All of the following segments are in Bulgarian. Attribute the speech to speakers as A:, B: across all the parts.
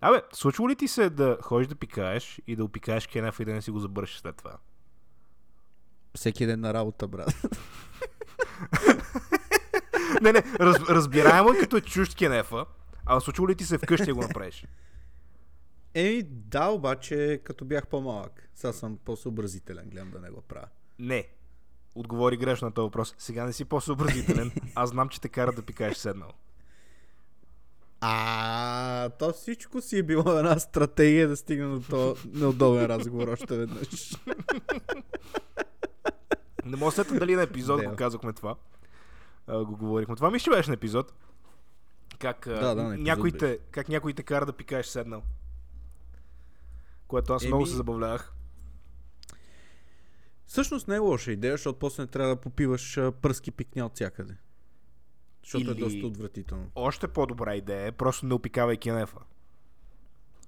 A: Абе, случва ли ти се да ходиш да пикаеш и да опикаеш кенефа и да не си го забършиш след това?
B: Всеки ден на работа, брат.
A: не, не, раз, разбираемо е като е чужд кенефа, а случва ли ти се вкъщи да го направиш?
B: Еми, да, обаче, като бях по-малък. Сега съм по-съобразителен, гледам да не го правя.
A: Не. Отговори грешно на този въпрос. Сега не си по-съобразителен. Аз знам, че те кара да пикаеш седнал.
B: А, то всичко си е било една стратегия да стигне до този неудобен разговор още веднъж.
A: Не мога след дали на епизод
B: Дева.
A: го казахме това. А, го говорихме. Това мисля, че беше на епизод. Как, да,
B: Да, да, на епизод
A: някой
B: беше.
A: те, как някой те кара да пикаеш седнал. Което аз
B: Еми-
A: много се забавлявах.
B: Всъщност не е лоша идея, защото после не трябва да попиваш а, пръски пикня от всякъде. Защото е
A: Или-
B: доста отвратително.
A: Още по-добра идея е просто не опикавай кенефа.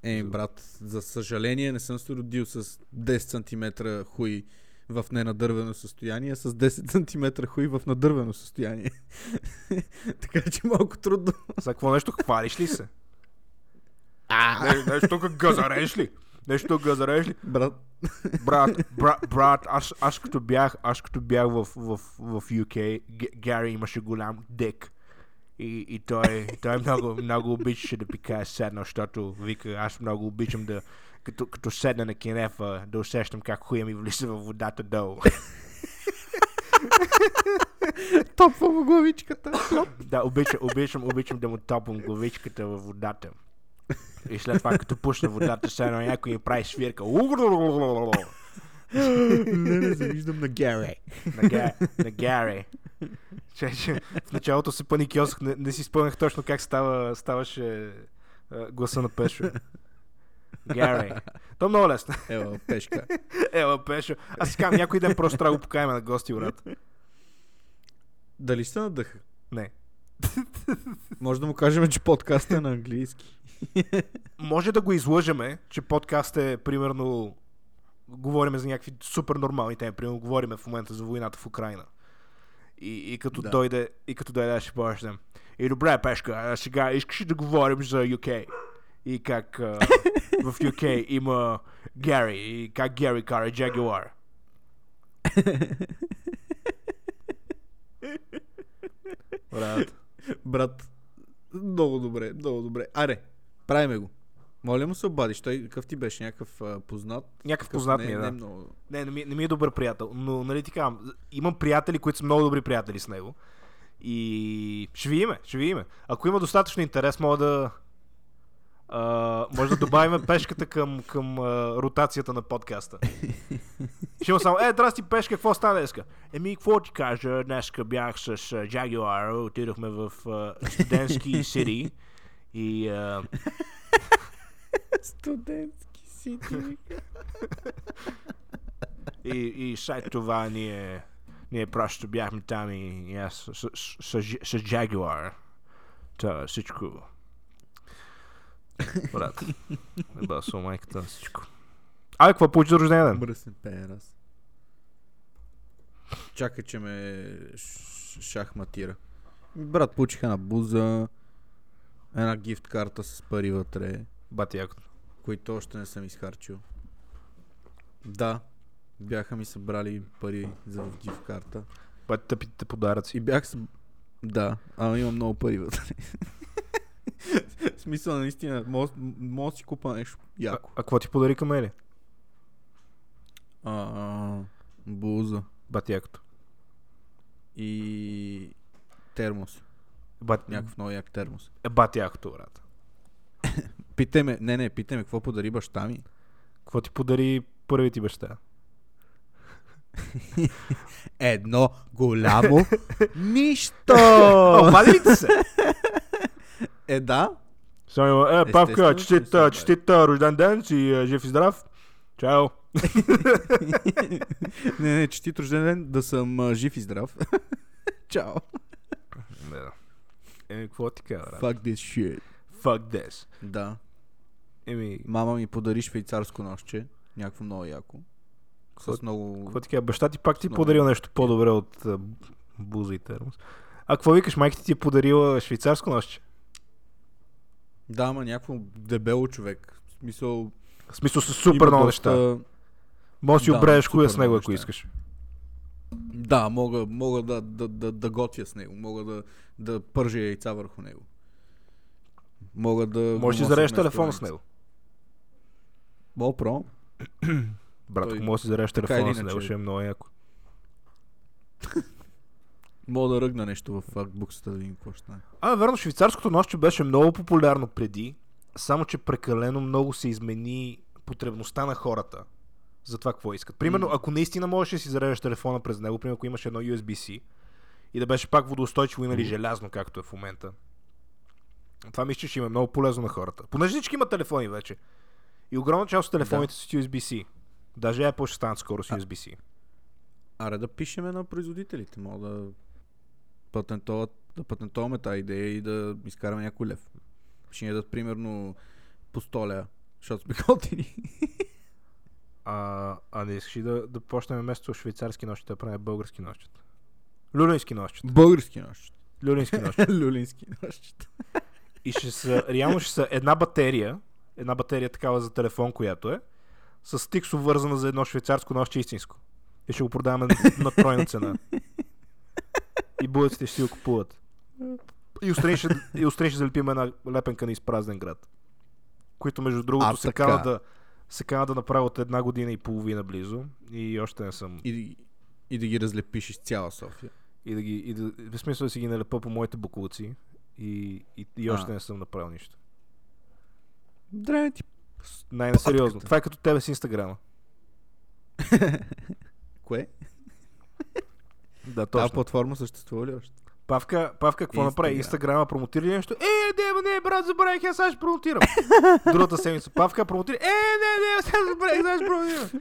B: Еми, Е, брат, за съжаление не съм се родил с 10 см хуй в ненадървено състояние, а с 10 см хуй в надървено състояние. така че малко трудно.
A: За какво нещо хвалиш ли се?
B: А,
A: Не, нещо тук газареш ли? Нещо тук газареш ли?
B: брат,
A: Брат, брат, брат, аз, аз като бях, аз като бях в, в, в UK, Г- Гари имаше голям дик. И, и той, той много, много обичаше да пикае седна, защото вика, аз много обичам да, като, като седна на кенефа, да усещам как хуя ми влиза във водата долу.
B: топва му главичката.
A: да, обичам, обичам, обичам да му топам главичката във водата. И след това, като пусна водата, седна някой ми прави свирка.
B: не, не завиждам на Гаре.
A: на, Га, на Гари. Че, че, в началото се паникьосах, не, не си спомнях точно как става, ставаше а, гласа на Пешо. Гари. То е много лесно.
B: Ева, пешка.
A: Ела, Пешо. Аз си казвам, някой ден просто трябва да го покаем на гости, брат.
B: Дали сте на дъха?
A: Не.
B: Може да му кажем, че подкастът е на английски.
A: Може да го излъжеме, че подкаст е примерно говориме за някакви супер нормални теми. Примерно говориме в момента за войната в Украина. И, и като
B: Да.
A: дойде, и като дойде, аз ще повеждам. И добре, Пешка, а сега искаш ли да говорим за UK? И как а, в UK има Гари, и как Гари кара Jaguar. Брат.
B: Брат, много добре, много добре. Аре, правиме го. Моля му се обадиш, той какъв ти беше някакъв а, познат?
A: Някакъв познат
B: не,
A: ми е,
B: не,
A: да.
B: много.
A: Не, не ми, не ми е добър приятел, но нали ти казвам, имам приятели, които са много добри приятели с него. И ще видиме, ще видиме. Ако има достатъчно интерес, мога да... А, може да добавим пешката към, към а, ротацията на подкаста. Ще има само, е, здрасти, пешка, какво стана днеска? Еми, какво ти кажа, днеска бях с а, Jaguar, отидохме в а, студентски сири и... А,
B: Студентски си
A: И, и след това ние, ние просто бяхме там и, и аз с, с, с, с, с Jaguar. Та, всичко. Брат. Да, с майката, всичко. Абе, какво получи за рождения ден?
B: Мръсен перас. Чакай, че ме ш- шахматира. Брат, получих една буза, една гифт карта с пари вътре,
A: Бати якото.
B: които още не съм изхарчил. Да, бяха ми събрали пари за в гифт карта.
A: Бати тъпите подаръци.
B: И бях с... Да, ама имам много пари вътре. В смисъл, наистина, мога мога да си купа нещо
A: А,
B: яко.
A: а какво ти подари към Ели?
B: А, буза
A: Бати якото.
B: и термос.
A: Бати,
B: Някакъв много як термос.
A: е, бати якото, брат.
B: Питай ме, не, не, питай ме, какво подари баща ми?
A: Какво ти подари първи ти баща?
B: Едно голямо нищо!
A: О, бади ли ти се?
B: е, да,
A: Само, е,
B: Естествено,
A: Павка,
B: че не
A: честит,
B: се
A: а,
B: обади.
A: честит а, рожден ден, си а, жив и здрав. Чао.
B: не, не, честит рожден ден, да съм а, жив и здрав. Чао.
A: Да. Еми, какво ти кажа, брат?
B: Fuck this shit.
A: Fuck this.
B: Да.
A: Еми,
B: Мама ми подари швейцарско нощче, някакво много яко. С много...
A: какво ти кажа? Баща ти пак ти е
B: Много
A: подарил нещо по-добре от а, буза и термос. А какво викаш, майка ти ти е подарила швейцарско нощче?
B: Да, ама някакво дебело човек. В смисъл...
A: В смисъл с супер много неща.
B: доста-
A: Може да си
B: да,
A: обрееш кое с
B: супер
A: него,
B: много
A: ако
B: неща.
A: искаш.
B: Да, мога, мога да, да, да, да готвя с него. Мога да, да пържа яйца върху него. Мога да...
A: Може да си зарежеш телефон с него.
B: О, про.
A: Брат,
B: Той-
A: ако можеш да си зарежеш
B: така
A: телефона
B: или
A: с него,
B: иначе-
A: ще е много яко.
B: Мога да ръгна нещо в акбуксата да видим какво ще стане.
A: А, верно, швейцарското нощче беше много популярно преди, само че прекалено много се измени потребността на хората за това какво искат. Примерно,
B: М.
A: ако наистина можеш да си зареждаш телефона през него, примерно ако имаш едно USB-C и да беше пак водоустойчиво и нали желязно, както е в момента. Това мисля, че ще им е много полезно на хората. Понеже всички имат телефони вече. И огромна част от телефоните са с USB-C. Даже Apple ще станат скоро с USB-C.
B: Аре да пишеме на производителите. Мога да патентоват, да патентоваме тази идея и да изкараме някой лев. Ще ни дадат примерно по 100 лева, защото сме готини.
A: А, а не искаш ли да, да почнем вместо швейцарски нощчета, да правим български нощчета? Люлински нощчета.
B: Български нощчета.
A: Люлински нощчета.
B: Люлински нощчета.
A: И ще са, реално ще са една батерия, една батерия такава за телефон, която е, с стикс обвързана за едно швейцарско нощче истинско. И ще го продаваме на- на тройна цена. И булиците ще си го купуват. И устрани ще, и устрани ще залепим една лепенка на изпразнен град. Които, между другото,
B: А,
A: се
B: така.
A: кана да, се кана да направят една година и половина близо. И още не съм
B: И, и да ги разлепиш из цяла София.
A: и да ги, и да, в смисъл да си ги налепа по моите буклуци и, и, и
B: А.
A: още не съм направил нищо.
B: Дреме ти.
A: С- Най-насериозно.
B: Пътката.
A: Това е като тебе с Инстаграма.
B: Кое?
A: Да,
B: Тази
A: точно.
B: платформа съществува ли още?
A: Павка, Павка, какво направи?
B: Инстаграм.
A: Инстаграма промотира ли нещо? Е, не, не, брат, забравих, аз сега ще промотирам. Другата седмица. Павка промотира. Е, не, не, аз сега забравих, сега ще промотирам.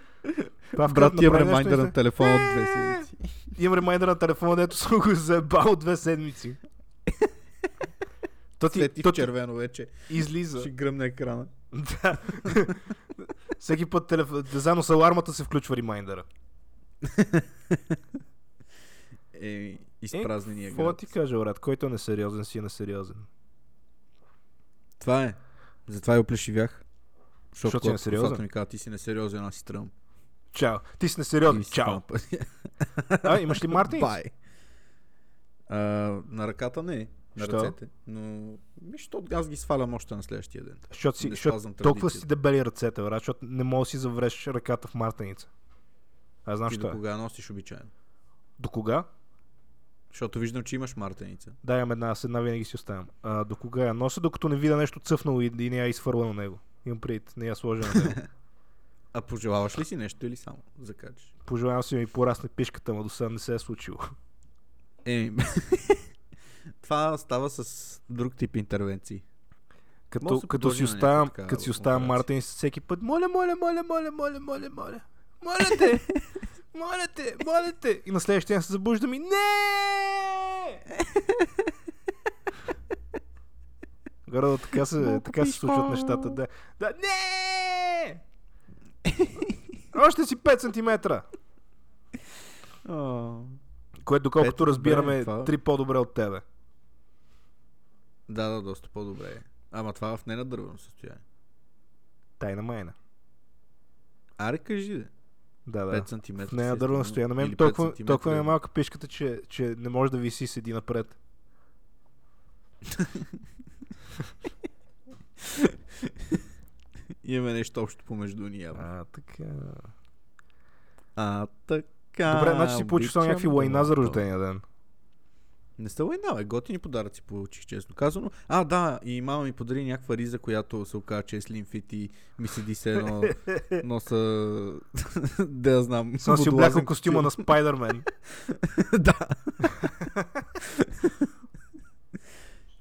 A: Павка,
B: Брат, ти имам
A: направи нещо
B: ремайдър
A: и
B: на
A: се-
B: телефона от две
A: Е,
B: седмици.
A: Имам ремайдър на телефона, дето съм го заебал две седмици. То ти,
B: Свети
A: то
B: в
A: ти
B: червено вече.
A: излиза.
B: Ще гръмне екрана.
A: Да. Всеки път телеф... заедно с алармата се включва ремайндъра.
B: Е, изпразнения
A: Какво да
B: град.
A: ти кажа, брат? Който е несериозен, си е несериозен.
B: Това е. Затова я оплешивях.
A: Защото си
B: когато
A: несериозен?
B: косата ми каза, ти си несериозен, аз си тръгвам.
A: Чао. Ти си
B: И
A: несериозен.
B: си
A: Чао.
B: тръгвам пътя.
A: А, имаш ли Мартин?
B: Бай. А, на ръката не, на
A: Що?
B: ръцете. Но, ми, защото аз ги свалям още на следващия ден.
A: Защото си,
B: Не
A: защото
B: спазвам
A: толкова си
B: традицията.
A: дебели ръцете, брат, защото не можеш да си завреш ръката в мартеница. Аз знам,
B: ти
A: що
B: до
A: е.
B: кога носиш обичайно?
A: До кога?
B: Защото виждам, че имаш мартеница.
A: Да, имам една, аз една винаги си оставям. А, до кога я нося, докато не видя нещо цъфнало и, и не я изфърла на него. Имам пред, не я сложа на него.
B: А пожелаваш ли си нещо или само закачаш?
A: Пожелавам си да ми порасне пишката, но до сега не се е случило.
B: Еми, Е, това става с друг тип интервенции. Може да
A: Като,
B: се
A: като
B: подложи
A: си
B: на някаква
A: оставам,
B: такава
A: като си оставам
B: операция.
A: Мартин всеки път, моля, моля, моля, моля, моля, моля, моля, моля те, моля те, моля те. И на следващия ден се събуждам и не! Горе така се,
B: Малко
A: така се случват
B: пишка.
A: нещата, да. Да, не! Още си 5 см, което
B: Пет,
A: доколкото
B: добре,
A: разбираме,
B: това-
A: три по-добре от тебе.
B: Да, да, доста по-добре е. Ама това в ненадървено състояние.
A: Тайна майна.
B: Аре, кажи, да.
A: Да, да.
B: 5 см.
A: В нея дървен стоя. е На мен толкова, толкова ми е малка пишката, че, че не може да виси седи напред.
B: Имаме нещо общо помежду ни. явно.
A: А, така.
B: А, така.
A: Добре, значи си получиш само
B: обичам
A: някакви лайна за
B: доброто.
A: рождения ден.
B: Не са лайна, бе. Готини подаръци получих, честно казано. А, да, и мама ми подари някаква риза, която се оказа, че е slim fit и ми седи се едно носа... да я знам.
A: Съм Значи си
B: водолазен
A: облякал костюма на Спайдермен.
B: да.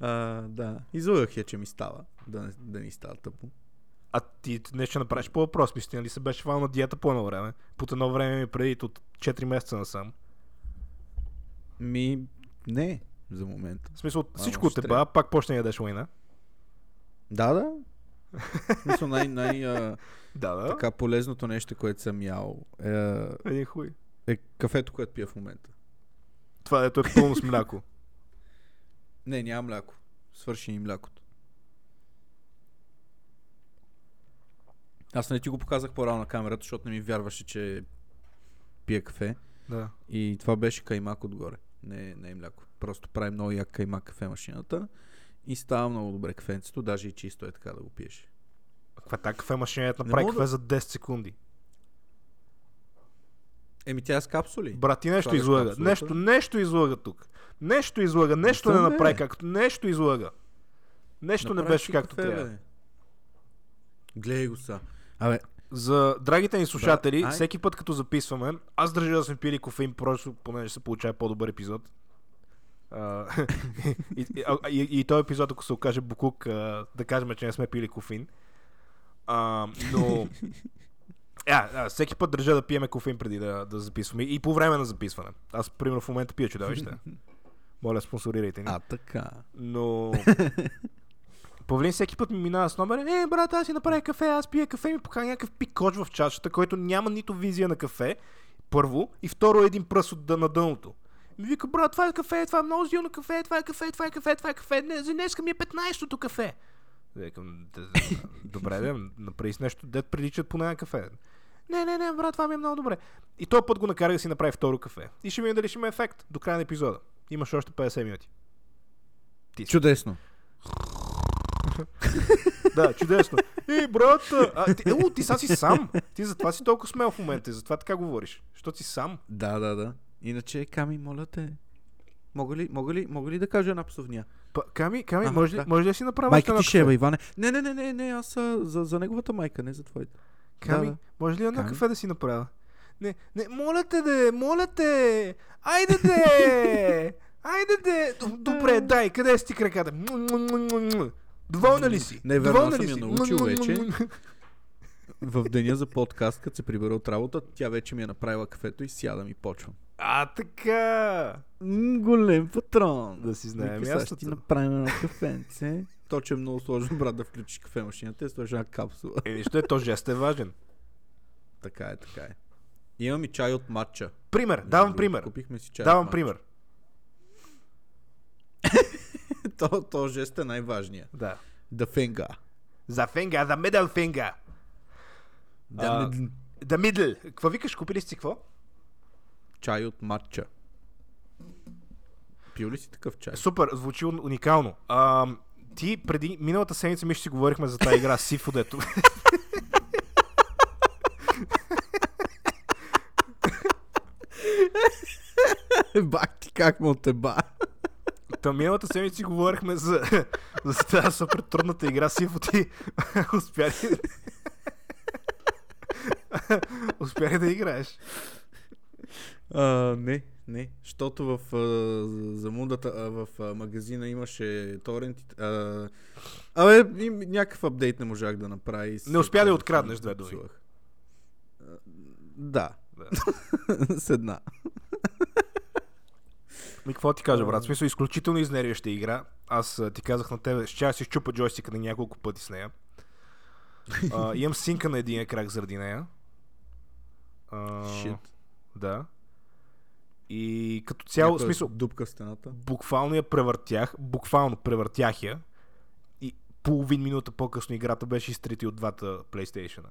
B: а, да. Излагах я, че ми става. Да, не, да ни става тъпо.
A: А ти нещо ще направиш по въпрос, мисли, нали се беше фал на диета по едно време? По едно време ми преди от 4 месеца насам.
B: Ми, не, за момента.
A: В смисъл,
B: Ама
A: всичко от
B: ще
A: теба,
B: трябва.
A: пак почна да ядеш лайна.
B: Да, да. В смисъл най, най а,
A: Да, да.
B: така полезното нещо, което съм ял е,
A: Един хуй.
B: е кафето, което пия в момента.
A: Това дето е пълно с мляко.
B: Не, няма мляко. Свърши ни млякото. Аз не ти го показах по-рано на камерата, защото не ми вярваше, че пия кафе.
A: Да.
B: И това беше каймак отгоре. Не, не е мляко. Просто прави много як каймак кафе машината. И става много добре кафенцето, даже и чисто е така да го пиеш.
A: Каква така кафе машината
B: Не
A: направи
B: мога
A: кафе
B: да-
A: за 10 секунди.
B: Еми тя е с капсули.
A: Брат, ти нещо
B: Това е
A: излага.
B: абсолютно.
A: Нещо, нещо излага тук. Нещо излага, нещо не
B: съм, бе.
A: направи както. Нещо излага. Нещо не
B: Направи
A: беше
B: си
A: както
B: кафе,
A: трябва.
B: бе. Гледай го са. Абе,
A: За драгите ни слушатели,
B: Да, ай.
A: всеки път като записваме, аз държа да сме пили кофеин, просто понеже се получава по-добър епизод. А, и, и, а- и, и този епизод, ако се окаже Букук, а, да кажем, че не сме пили кофеин. А, но... А, а, всеки път държа да пиеме кофеин преди да, да записваме. И по време на записване. Аз, примерно, в момента пия чудовище. Моля, спонсорирайте ни.
B: а така.
A: Но... Павлин всеки път ми минава с номер. Е, брат, аз си направя кафе, аз пия кафе, ми покана някакъв пикоч в чашата, който няма нито визия на кафе. Първо. И второ, един пръст от дъ- на дъното. Ми вика, брат, това е кафе, това е много силно кафе, това е кафе, това е кафе, това е кафе. Не, за днеска ми е 15-то кафе. Е, Викам, «Д- д- добре, да, направи си нещо, дет приличат поне на кафе. Не, не, не, брат, това ми е много добре. И този път го накара да си направи второ кафе. И ще видим дали ще има ефект до края на епизода. Имаш още 50 минути.
B: Чудесно.
A: Да, чудесно. Ей, брат, а, ти, ело, ти са си сам. Ти затова си толкова смел в момента и затова така говориш. Що ти сам?
B: Да, да, да. Иначе, Ками, моля те. Мога ли, мога ли, мога ли да кажа една псовня?
A: Па, ками, ками,
B: Аха,
A: може, ли,
B: да.
A: може ли да си направиш
B: Майка
A: едно
B: ти ще е,
A: кафе?
B: бе, Иване. Не, не, не, не, не, аз а, за, за неговата майка, не за твоята.
A: Ками,
B: Да, да.
A: може ли едно
B: Ками?
A: кафе да си направя? Не, не, моля те, де, моля те! Айде де! Айде де! Д- Добре, дай, къде си ти краката? Му, му, му, му, му. Доволна ли си?
B: Не, верно, аз
A: Доволна ли
B: съм я
A: си?
B: научил
A: Му, му, му,
B: вече.
A: му, му.
B: В деня за подкаст, като се прибера от работа, тя вече ми е направила кафето и сядам и почвам.
A: А, така!
B: М, голем патрон.
A: Да си знаем
B: Вика, сега ще ти
A: мястото.
B: направим едно кафенце. То, че е много сложно, брат, да включиш кафе машината, е сложена капсула.
A: Е, вижте, то жест е важен.
B: Така е, така е. Имам и чай от матча.
A: Пример, давам пример.
B: Купихме си чай от
A: Давам
B: матча.
A: пример.
B: То, то жест е най-важния.
A: Да.
B: Да фенга.
A: За фенга, за медал фенга. А.
B: Да, не-
A: Да мидл. Какво викаш? Купили си какво?
B: чай от матча. Пил ли си такъв чай?
A: Супер, звучи ун- уникално. А, ти преди миналата седмица ми ще си говорихме за тази игра Сифо, дето.
B: Бак ти как му те ба.
A: Та миналата седмица си говорихме за, за тази супер трудната игра Сифо. Ти успя ли... успя ли да играеш?
B: А, не, не. Защото в а, замундата, а, в а, магазина имаше торент. А, абе, им, някакъв апдейт не можах да направи. и се
A: Не успя да я
B: отказах
A: откраднеш
B: и
A: две думи.
B: псувах. А, Да.
A: Да.
B: С една.
A: Ми, какво ти кажа, брат? В смисъл, изключително изнервяща игра. Аз а, ти казах на тебе, ще си щупа джойстика на няколко пъти с нея. А, имам синка на един крак заради нея. А,
B: Shit.
A: Да. И като цяло,
B: Някоя
A: смисъл,
B: Дупка в стената.
A: буквално я превъртях, буквално превъртях я. И половин минута по-късно играта беше изтрити от двата PlayStation.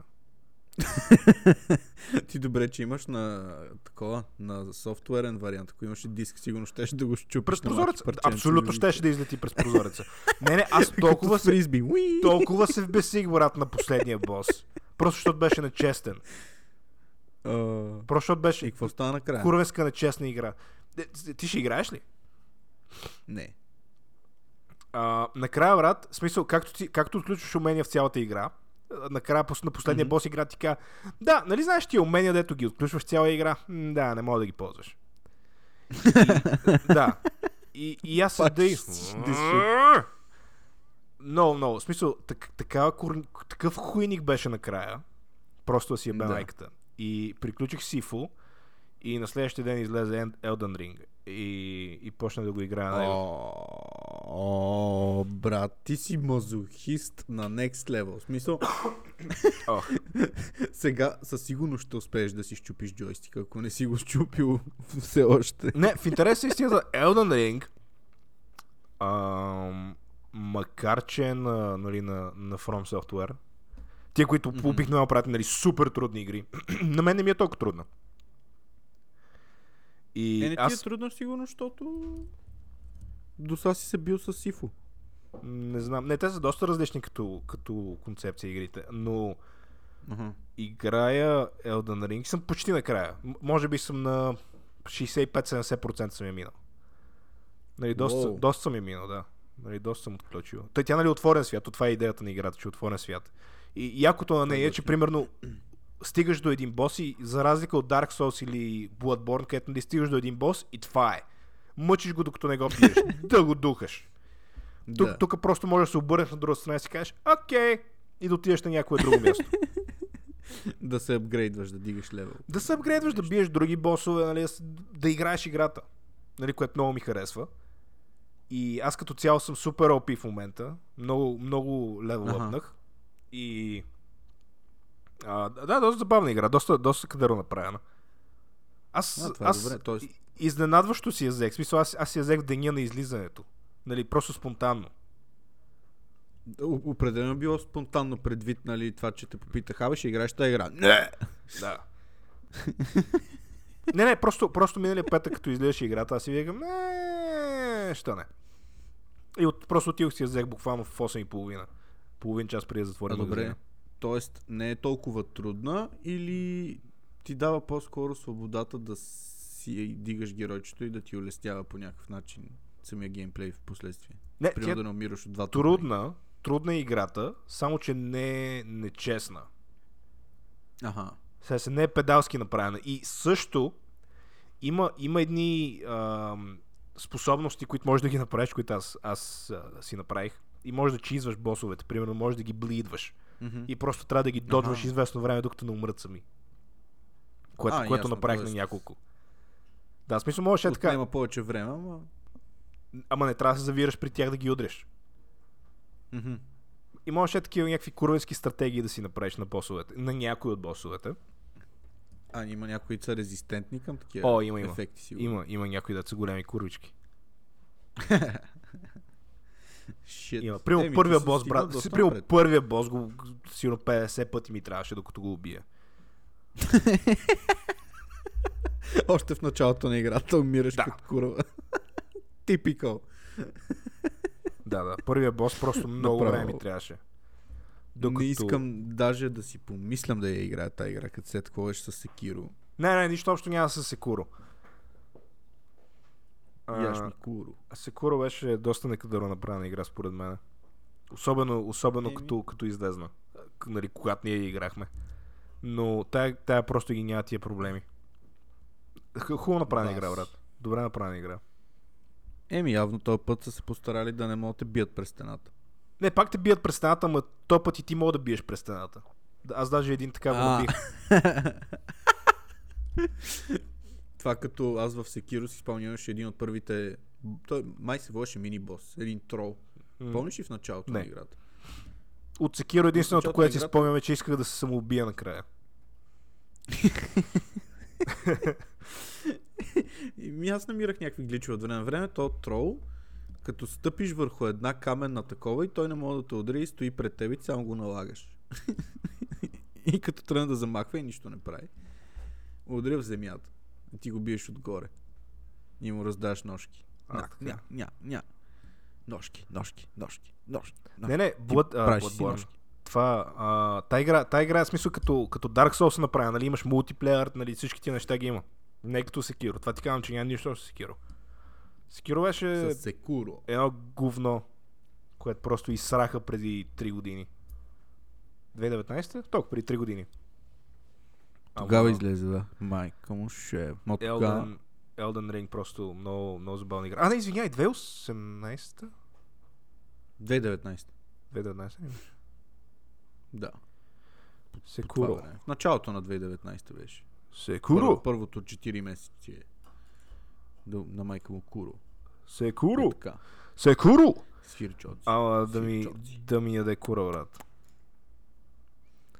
B: Ти добре, че имаш на такова, на софтуерен вариант. Ако имаше диск, сигурно щеше да го щупиш.
A: През
B: на малки
A: прозореца.
B: парченца и
A: Абсолютно
B: да го
A: щеше да излети през прозореца. Не, не, аз толкова
B: Като
A: се
B: фризби. Уи!
A: толкова се вбесих, брат, на последния бос. Просто защото беше нечестен.
B: А,
A: Просто защото
B: И
A: беше
B: какво стана накрая?
A: курвенска нечестна игра. Е, Ти ще играеш ли?
B: Не.
A: А, накрая, брат, в смисъл, както, ти, както отключваш умения в цялата игра, а, накрая пос- на последния mm-hmm. бос игра ти казва, да, нали знаеш тия умения, дето ги отключваш в цяла игра? М, да, не мога да ги ползваш. И, да. И, и аз
B: Пак
A: седа и...
B: ще си диши.
A: Много, много. В смисъл, так, такава, кур... такъв хуйник беше накрая. Просто да си е бе
B: Да.
A: майката. И приключих Сифу и на следващия ден излезе Ен- Elden Ring. И, и почна да го играя на него.
B: О, О, брат, ти си мазохист на next level. В смисъл,
A: Ох.
B: сега със сигурност ще успееш да си щупиш джойстика, ако не си го щупил все още.
A: Не, в интерес на истината, Elden Ring, ам, макар че е на, нали, на, на From Software, Тия, които mm-hmm. обикновено правят нали, супер трудни игри. на мен не ми е толкова трудно. И
B: Е, не ти
A: аз
B: е трудно сигурно, защото до сега си се бил с Сифо.
A: не знам. Не, те са доста различни като, като концепция игрите, но
B: Ага.
A: играя Elden Ring и съм почти накрая. М- може би съм на 65-70% съм я минал. Нали, доста,
B: Уоу.
A: доста съм я минал, да. Нали, доста съм отключил. Той тя нали е отворен свят, то това е идеята на играта, че е отворен свят. И якото на нея е, че примерно стигаш до един бос и за разлика от Dark Souls или Bloodborne, където нали стигаш до един бос и това е. Мъчиш го докато не го пиеш, да го духаш. Тук,
B: Да.
A: тук просто можеш да се обърнеш на другата страна и си кажеш, окей, и да отидеш на някое друго място.
B: да се апгрейдваш, да дигаш левел.
A: да се апгрейдваш, да биеш други босове, нали, да с- да играеш играта, нали, което много ми харесва. И аз като цяло съм супер опи в момента. Много, много левел
B: Аха.
A: лъпнах. И... А, да, доста забавна игра, доста, доста кадърно направена. Аз,
B: А, това е
A: аз
B: добре, тоест-
A: и- изненадващо си я взех. В Смисъл, аз, аз си я взех в деня на излизането. Нали, просто спонтанно.
B: Да, о- Определено било спонтанно предвид, нали, това, че те попитах, абе ще играеш тази игра. Не!
A: Да. не, не, просто, просто миналия петък, като излезеше играта, аз си викам, не, що не. И от, просто отидох си я взех буквално в 8.30. Половин час преди да затворя
B: А, добре.
A: магазина.
B: Тоест, не е толкова трудна или ти дава по-скоро свободата да си дигаш геройчето и да ти улестява по някакъв начин самия геймплей в последствие.
A: Не, тя
B: Примерно да не умираш от два турнира.
A: трудна, трудна е играта, само че не е нечестна.
B: Аха.
A: Сега се не е педалски направена. И също има, има едни ам, способности, които можеш да ги направиш, които аз, аз а, си направих. И можеш да чизваш босовете. Примерно можеш да ги блидваш.
B: Мгм.
A: И просто трябва да ги додваш известно време, докато не умрат сами. Което,
B: А,
A: което
B: ясно,
A: направих
B: тоест-
A: на няколко. Да, в смисъл можеше така,
B: Отнема повече време, ама...
A: ама не трябва да се завираш при тях да ги удреш.
B: Мгм.
A: И можеше такива някакви курвенски стратегии да си направиш на босовете, на някои от босовете.
B: А, има някои, които са резистентни към такива
A: О, има, има.
B: ефекти. Сигурно.
A: Има, има някои да са големи курвички.
B: Shit.
A: Има. Примерно
B: Еми, Е, ти
A: първия
B: си
A: бос,
B: стигнал
A: брат.
B: доста
A: Примерно
B: напред.
A: първия бос го сигурно 50 пъти ми трябваше, докато го убия.
B: Още в началото на играта умираш
A: Да.
B: като курва. Типикал.
A: Да, да. Първия бос просто много
B: Направо.
A: време ми трябваше.
B: Докато... Не искам даже да си помислям да я играя тази игра, като се таковаш с Секиро.
A: Не, не, нищо общо няма с Секуро. А,
B: Яш ми куро.
A: А Секуро беше доста некадърно направена игра, според мен. Особено, особено
B: Еми.
A: като, като излезна. К- Нали, когато ние я играхме. Но тая, тая просто ги няма тия проблеми. Х- Хубаво направена
B: Да,
A: игра,
B: с-
A: брат. Добре направена игра.
B: Еми, явно този път са се постарали да не могат да те бият през стената.
A: Не, пак те бият през стената, ама то път и ти мога да биеш през стената. Да, Аз даже един така го
B: А.
A: набих.
B: Това като аз в Секиро си спомням, имаше един от първите... Той май се водеше мини бос, един трол.
A: М.
B: Помниш ли в началото
A: Не.
B: на играта?
A: От Секиро единственото,
B: Началото
A: което
B: на
A: си
B: играта-
A: спомням е, че исках да се самоубия накрая.
B: И ми аз намирах някакви гличове от време на време. То трол, като стъпиш върху една каменна такова и той не може да те удари и стои пред теб и ти само го налагаш. и като тръгне да замахва и нищо не прави. Ударя в земята. И ти го биеш отгоре. И му раздаш ножки.
A: А,
B: Ня,
A: така.
B: ня, ня, ня. Ножки, ножки, ножки, ножки.
A: Не, не, Blood, а,
B: правиш си
A: Bloodborne.
B: ножки.
A: Това, а, та игра, та игра е в смисъл като, като Dark Souls направя, нали, имаш мултиплеер, нали, всички тия неща ги има. Не е като Sekiro. Това ти казвам, че няма нищо с Sekiro. Sekiro беше
B: С секуро.
A: едно говно, което просто изсраха преди 3 години. 2019? Толкова, преди 3 години.
B: Тогава излезе, да. Майка му ще е. Ма тогава-
A: Elden, Elden Ring просто много, много забавна игра. А, не, извиняй, 2018?
B: 2019.
A: 2019 ли беше?
B: Да. Това
A: Секуро.
B: време. В началото на 2019 беше.
A: Секуро.
B: Първо, първото 4 месеци е. До, на майка му Куро.
A: Секуро.
B: И така.
A: Секуро.
B: Свирчоци.
A: Ама да ми,
B: Филчовци.
A: да ми яде кура, брат.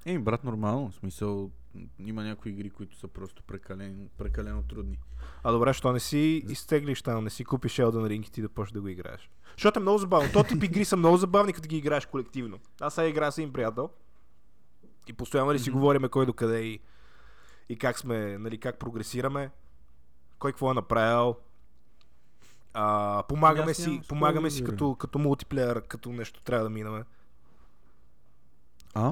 B: Еми, брат, нормално. В смисъл, м, има някои игри, които са просто прекалено, прекалено трудни.
A: А добре, що не си изтеглиш там, не си купиш Elden Ring и ти да почнеш да го играеш? Защото е много забавно. То тип игри са много забавни, като ги играеш колективно. Аз сега игра с един приятел. И постоянно ли си
B: Мгм.
A: говориме кой докъде и, и как сме, нали, как прогресираме, кой какво е направил. А, помагаме
B: Аз нямам
A: си,
B: с кой
A: помагаме
B: да
A: си
B: говоря.
A: като, като мултиплеер, като нещо трябва да минаме.
B: А.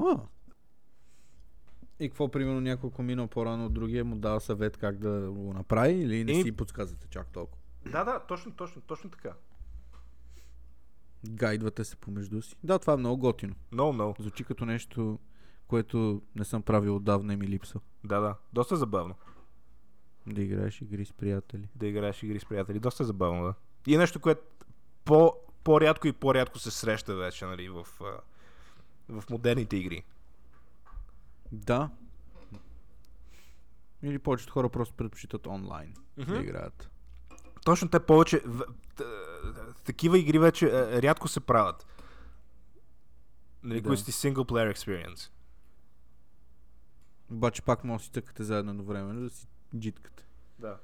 B: И какво, примерно, няколко мина по-рано от другия му дава съвет как да го направи или не
A: Еми-
B: си подсказвате чак толкова?
A: Да, да, точно, точно, точно така.
B: Гайдвате се помежду си. Да, това е много готино.
A: No, no.
B: Звучи като нещо, което не съм правил отдавна и ми липсва.
A: Да, да. Доста е забавно
B: Да играеш игри с приятели.
A: да играеш игри с приятели. Доста е забавно, да. И е нещо, което по, по-рядко и по-рядко се среща вече, нали, в, а, в модерните игри.
B: Да. Или повечето хора просто предпочитат онлайн
A: Мгм.
B: да играят.
A: Точно те повече... в- т- Такива игри вече а, рядко се правят. Нали,
B: Да.
A: които си single player experience.
B: Обаче пак може да си тъкате заедно едновременно да си джиткате.
A: Да.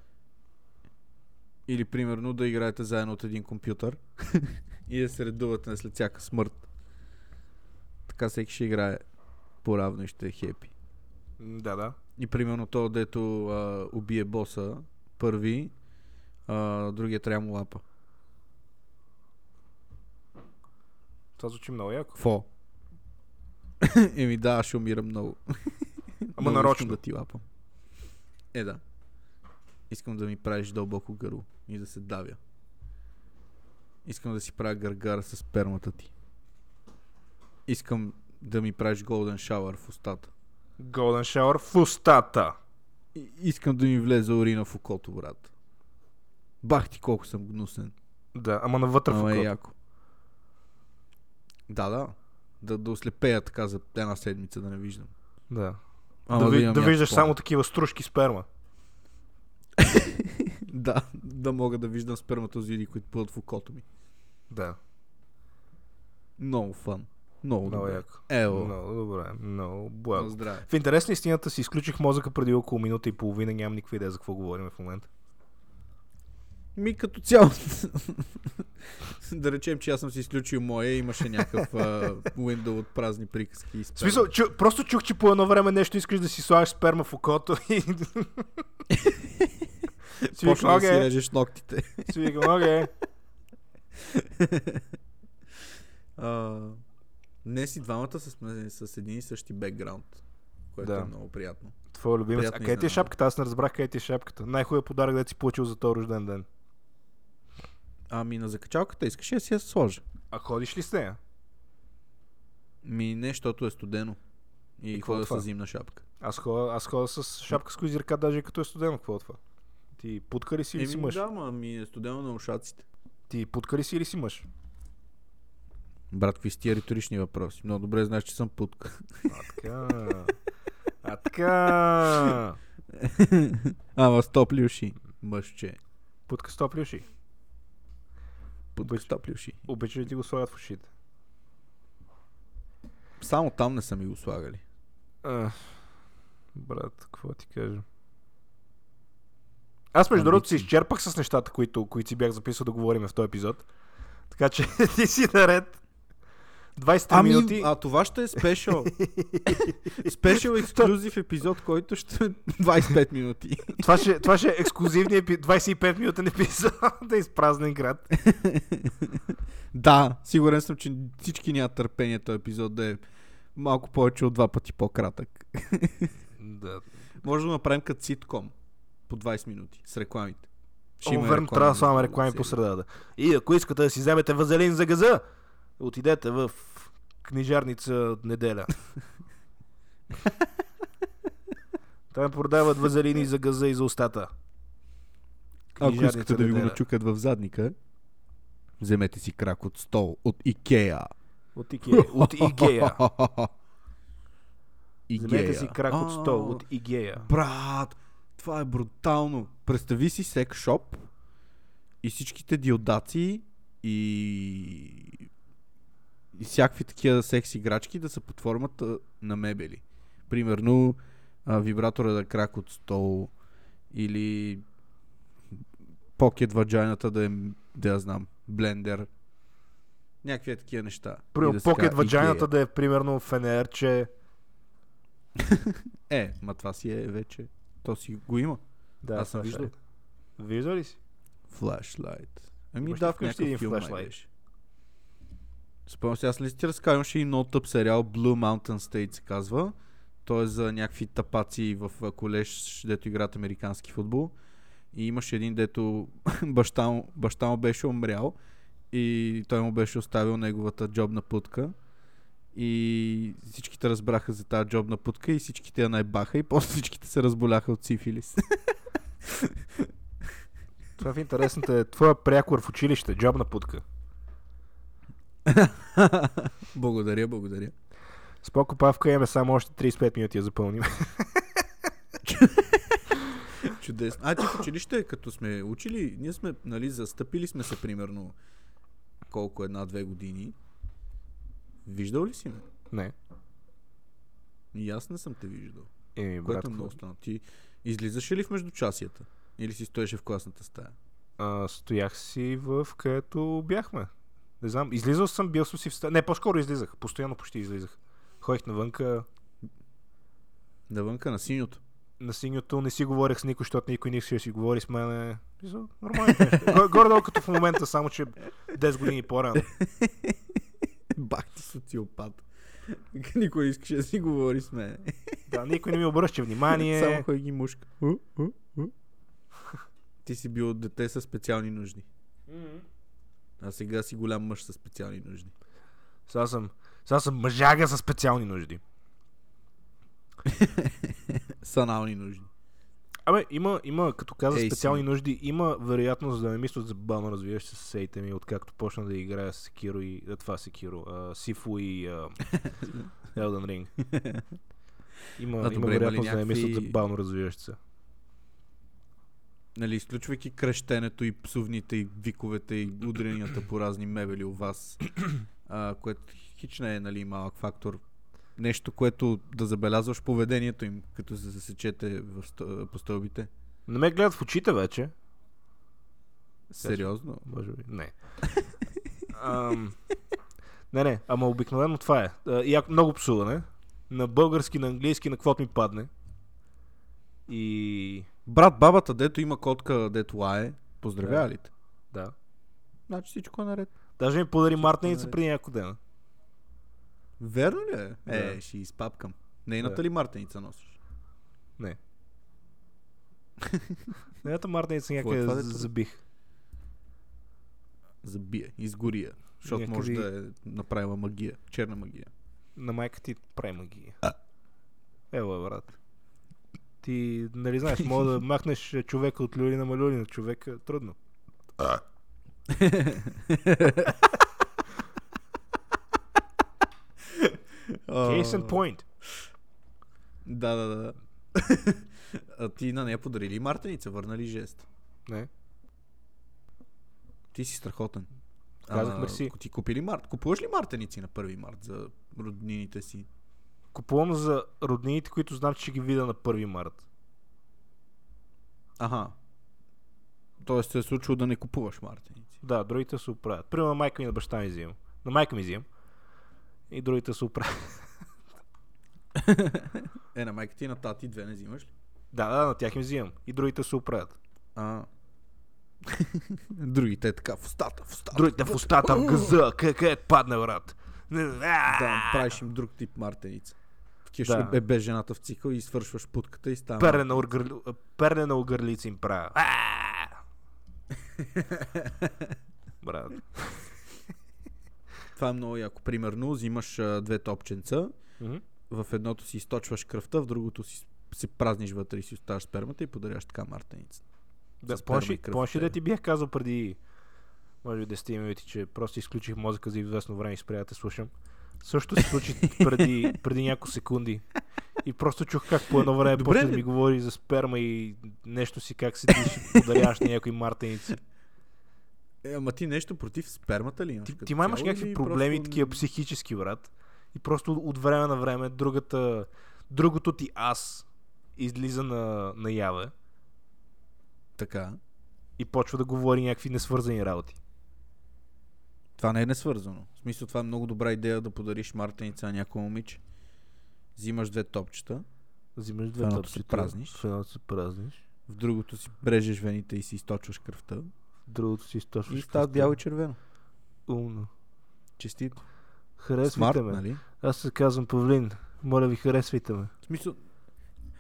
B: Или примерно да играете заедно от един компютър и да се редувате след всяка смърт. Така всеки ще играе по-равно и ще е хепи.
A: Да, да.
B: И примерно то, дето а, убие боса първи, а, другия трябва му лапа.
A: Това звучи много яко.
B: Фо. Еми да, аз ще умирам много.
A: Ама
B: Много искам
A: нарочно.
B: да ти лапам. Е, да. Искам да ми правиш дълбоко гърло и да се давя. Искам да си правя гаргара с пермата ти. Искам да ми правиш голден шауър в устата.
A: Golden Shower в устата.
B: И- искам да ми влезе урина в окото, брат. Бах ти колко съм гнусен.
A: Да, ама навътре в
B: Ама е
A: окото.
B: яко. Да, да. Да, да ослепея така за една седмица да не виждам.
A: Да.
B: Ама
A: да, ви,
B: имам
A: да
B: някакъв
A: виждаш
B: план.
A: само такива стружки сперма.
B: Да, да мога да виждам сперматозиди, които плуват в окото ми.
A: Да.
B: Много фан. Много
A: Много
B: добре.
A: яко.
B: Ело.
A: Много добре. Много
B: на
A: благо.
B: здраве.
A: В интерес на истината си изключих мозъка преди около минута и половина, нямам никаква идея за какво говорим в момента.
B: Ми като цяло. да речем, че аз съм си изключил моя, имаше някакъв а, window от празни приказки. И
A: В
B: сперма.
A: смисъл, чу, просто чух, че по едно време нещо искаш да си слагаш сперма в окото и... си викам,
B: почна да си
A: окей,
B: режеш ногтите.
A: си викам, окей.
B: А, днес и двамата сме с един и същи бекграунд, което
A: Да.
B: е много приятно.
A: Твоя любимец. А
B: Приятна
A: къде ти е
B: изненада.
A: шапката? Аз не разбрах къде ти е шапката. Най-хубавия подарък, да си получил за този рожден ден.
B: Ами на закачалката искаш ли да си я сложа.
A: А ходиш ли с нея?
B: Ми не, защото е студено. И,
A: И
B: и
A: какво е
B: хода
A: това?
B: с зимна шапка.
A: Аз ходя, аз ходя с шапка с козирка, даже и като е студено. Какво е това? Ти путка ли си или си
B: Еми,
A: мъж?
B: да, ма, ми е студено на ушаците.
A: Ти путка ли си или си мъж?
B: Брат, какви сте риторични въпроси? Много добре знаеш, че съм путка.
A: А така. А така.
B: Ама с топли уши. Мъжче.
A: Путка с топли уши.
B: Путка с топли уши.
A: Обича да ти го слагат в ушите.
B: Само там не са ми го слагали.
A: Ах, брат, какво ти кажа? Аз между другото се
B: Амбиции.
A: изчерпах с нещата, които, които си бях записал да говорим в този епизод. Така че ти си наред. 23
B: Ами,
A: минути.
B: а това ще е спешъл. спешъл ексклюзив епизод, който ще е 25 минути.
A: Това, ще, това ще е ексклюзивният епи- 25 минутен епизод да е изпразнен град.
B: да, сигурен съм, че всички нямат търпение този епизод да е малко повече от два пъти по-кратък.
A: Да.
B: Може да го направим като ситком. По 20 минути. С рекламите. Ще има
A: Верно,
B: реклами
A: трябва да
B: между
A: слагаме реклами
B: серии.
A: по средата. И ако искате да си вземете вазелин за газа, отидете в книжарница неделя. Там продават вазелини за газа и за устата.
B: Ако искате да ви го
A: неделя.
B: начукат в задника, вземете си крак от стол, от Икеа.
A: От Игея. Е, От Игея.
B: Игея.
A: Вземете си крак от стол. От Игея.
B: А, Брат, това е брутално. Представи си сек шоп и всичките диодаци и и всякакви такива секс играчки да са под формата на мебели. Примерно а, вибратора да е крак от стол или покет ваджайната да е, да я знам, блендер. Някакви такива неща. И
A: Примерно
B: да се
A: покет
B: казва
A: ваджайната
B: Ikea.
A: да е примерно фенерче.
B: Е, ма това си е вече. То си го има.
A: Да,
B: Аз съм
A: това ще
B: виждал.
A: е. Виждал ли си?
B: Flashlight. Ами
A: Имаш ли
B: да, в
A: вкъщи един
B: някакъв филм
A: flashlight?
B: май беше. Спомням се, аз ли ти разказвам, ще и много тъп сериал Blue Mountain State се казва. Той е за някакви тапаци в а, колеж, дето играят американски футбол. И имаше един, дето баща му, баща му беше умрял и той му беше оставил неговата джобна путка. И всичките разбраха за тази джобна путка и всичките я наебаха и после всичките се разболяха от сифилис.
A: Това в интересната е твоя прякор в училище, джобна путка.
B: благодаря, благодаря.
A: Споко павка имаме само още 35 минути я запълним.
B: Чудесно. А ти в училище, като сме учили, ние сме, нали, застъпили сме се примерно колко една-две години. Виждал ли си ме?
A: не.
B: И аз не съм те виждал.
A: Еми, брат,
B: Което е много странно. Ти излизаше ли в междучасията? Или си стоеше в класната стая?
A: а, стоях си в където бяхме. Не знам, излизал съм, бил съм си в ста... Не, по-скоро излизах. Постоянно почти излизах. Ходих навънка,
B: Навънка на синьото.
A: на синьото, не си говорех с никой, защото никой не ще си говори с мене. Мисля, Нормално нещо. Горе-долу като в момента, само че 10 години по-рано.
B: Бах ти социопат. Никой не искаше да си говори с мен.
A: Да, никой не ми обръща
B: Само
A: внимание.
B: хой ги мушка. У, у, у. Ти си бил дете със специални нужди. А сега си голям мъж със специални нужди.
A: Сега съм, сега съм мъжага за специални нужди.
B: санални нужди.
A: Абе, има, има като каза
B: Ей,
A: специални
B: си.
A: нужди, има вероятност да не мислят за бавно развиващи се сейте ми, откакто почна да играя с Киро и... А, това Секиро, а, Сифу и а, Elden Ring. Има,
B: А,
A: има
B: добре, има ли
A: вероятност да не
B: някакви-
A: мислят за бавно развиващи се.
B: Нали, изключвайки крещенето и псувните и виковете и удренията по разни мебели у вас, а, което хич не е нали, малък фактор. Нещо, което да забелязваш поведението им, като се засечете в, сто- по стълбите.
A: Не ме гледат в очите вече,
B: Сериозно?
A: може би. Не. Ам... Не, не, ама обикновено това е. А, и ако- много псуване. На български, на английски, на каквото ми падне. И...
B: Брат, бабата, дето има котка, дето лае, поздравява ли те?
A: Да.
B: Значи всичко е наред.
A: Даже ми подари мартеница
B: наред.
A: преди няколко дена.
B: Верно ли е? Е,
A: Да.
B: ще изпапкам. Нейната
A: Да.
B: ли мартеница носиш?
A: Не. Нената мартеница
B: Какво е
A: някъде
B: това,
A: з-
B: дето-
A: забих.
B: Забия, изгория. Защото може
A: Някъде-
B: да е направила магия, черна магия.
A: На майка ти прави магия.
B: А.
A: Ела, е, брат. Ти, нали знаеш, мога да махнеш е, човека от люли на малюли на човека. Трудно. Case in point.
B: Да, да, да. а ти на нея подари ли мартеница? Върна ли жест?
A: Не.
B: Ти си страхотен.
A: Казах
B: А,
A: мерси.
B: Ти купи ли март? Купуваш ли мартеници на 1 март за роднините си?
A: Купувам за роднините, които знам, че ще ги видя на 1 март.
B: Аха. Тоест се е случило да не купуваш мартеници.
A: Да, другите се оправят. Примерно на майка ми и на баща ми взимам. На майка ми взимам. И другите се оправят.
B: Е, на майка ти и на тати две не взимаш ли?
A: Да, да, на тях им взимам. И другите се оправят.
B: А. Другите е така в устата, в устата.
A: Другите в устата, в газа, къде къде падна, брат.
B: Да, правиш им друг тип мартеница. Такива
A: Да.
B: ще е без жената в цикъл и свършваш путката и става.
A: Перле на, огър... перле на огърлици им правя. А! Брат.
B: Това е много яко. Примерно, взимаш а, две топченца,
A: Мгм.
B: в едното си източваш кръвта, в другото си си празниш вътре и си оставаш спермата и подаряваш така мартеница.
A: Да,
B: С
A: помниш
B: перма
A: ли-
B: и кръв
A: помниш ли
B: в тебе.
A: да ти бях казал преди може би 10 минути, че просто изключих мозъка за известно време и спря да те слушам. Също се случи преди, преди няколко секунди. И просто чух как по едно време
B: Добре,
A: почна да
B: бе.
A: ми говори за сперма и нещо си, как си ти ще подаряваш на някои мартеници.
B: Е, ама ти нещо против спермата ли имаш?
A: Ти,
B: като
A: ти май имаш
B: цяло
A: някакви
B: или
A: проблеми,
B: просто-
A: такива психически, брат. И просто от време на време другата, другото ти аз излиза на, наяве
B: Така.
A: и почва да говори някакви несвързани работи.
B: Това не е несвързано. В смисъл, това е много добра идея да подариш мартеница на някой момиче. Взимаш две топчета,
A: Взимаш
B: В
A: две
B: едното
A: топчета.
B: се празниш.
A: В едното се празниш.
B: в другото си брежеш вените и си източваш кръвта.
A: Другото си източваш.
B: И става
A: кръвта.
B: бяло и червено.
A: Умно.
B: Честито.
A: Харесвайте
B: Смарт,
A: ме.
B: нали?
A: Аз се казвам Павлин. Моля ви, харесвайте ме.
B: В смисъл,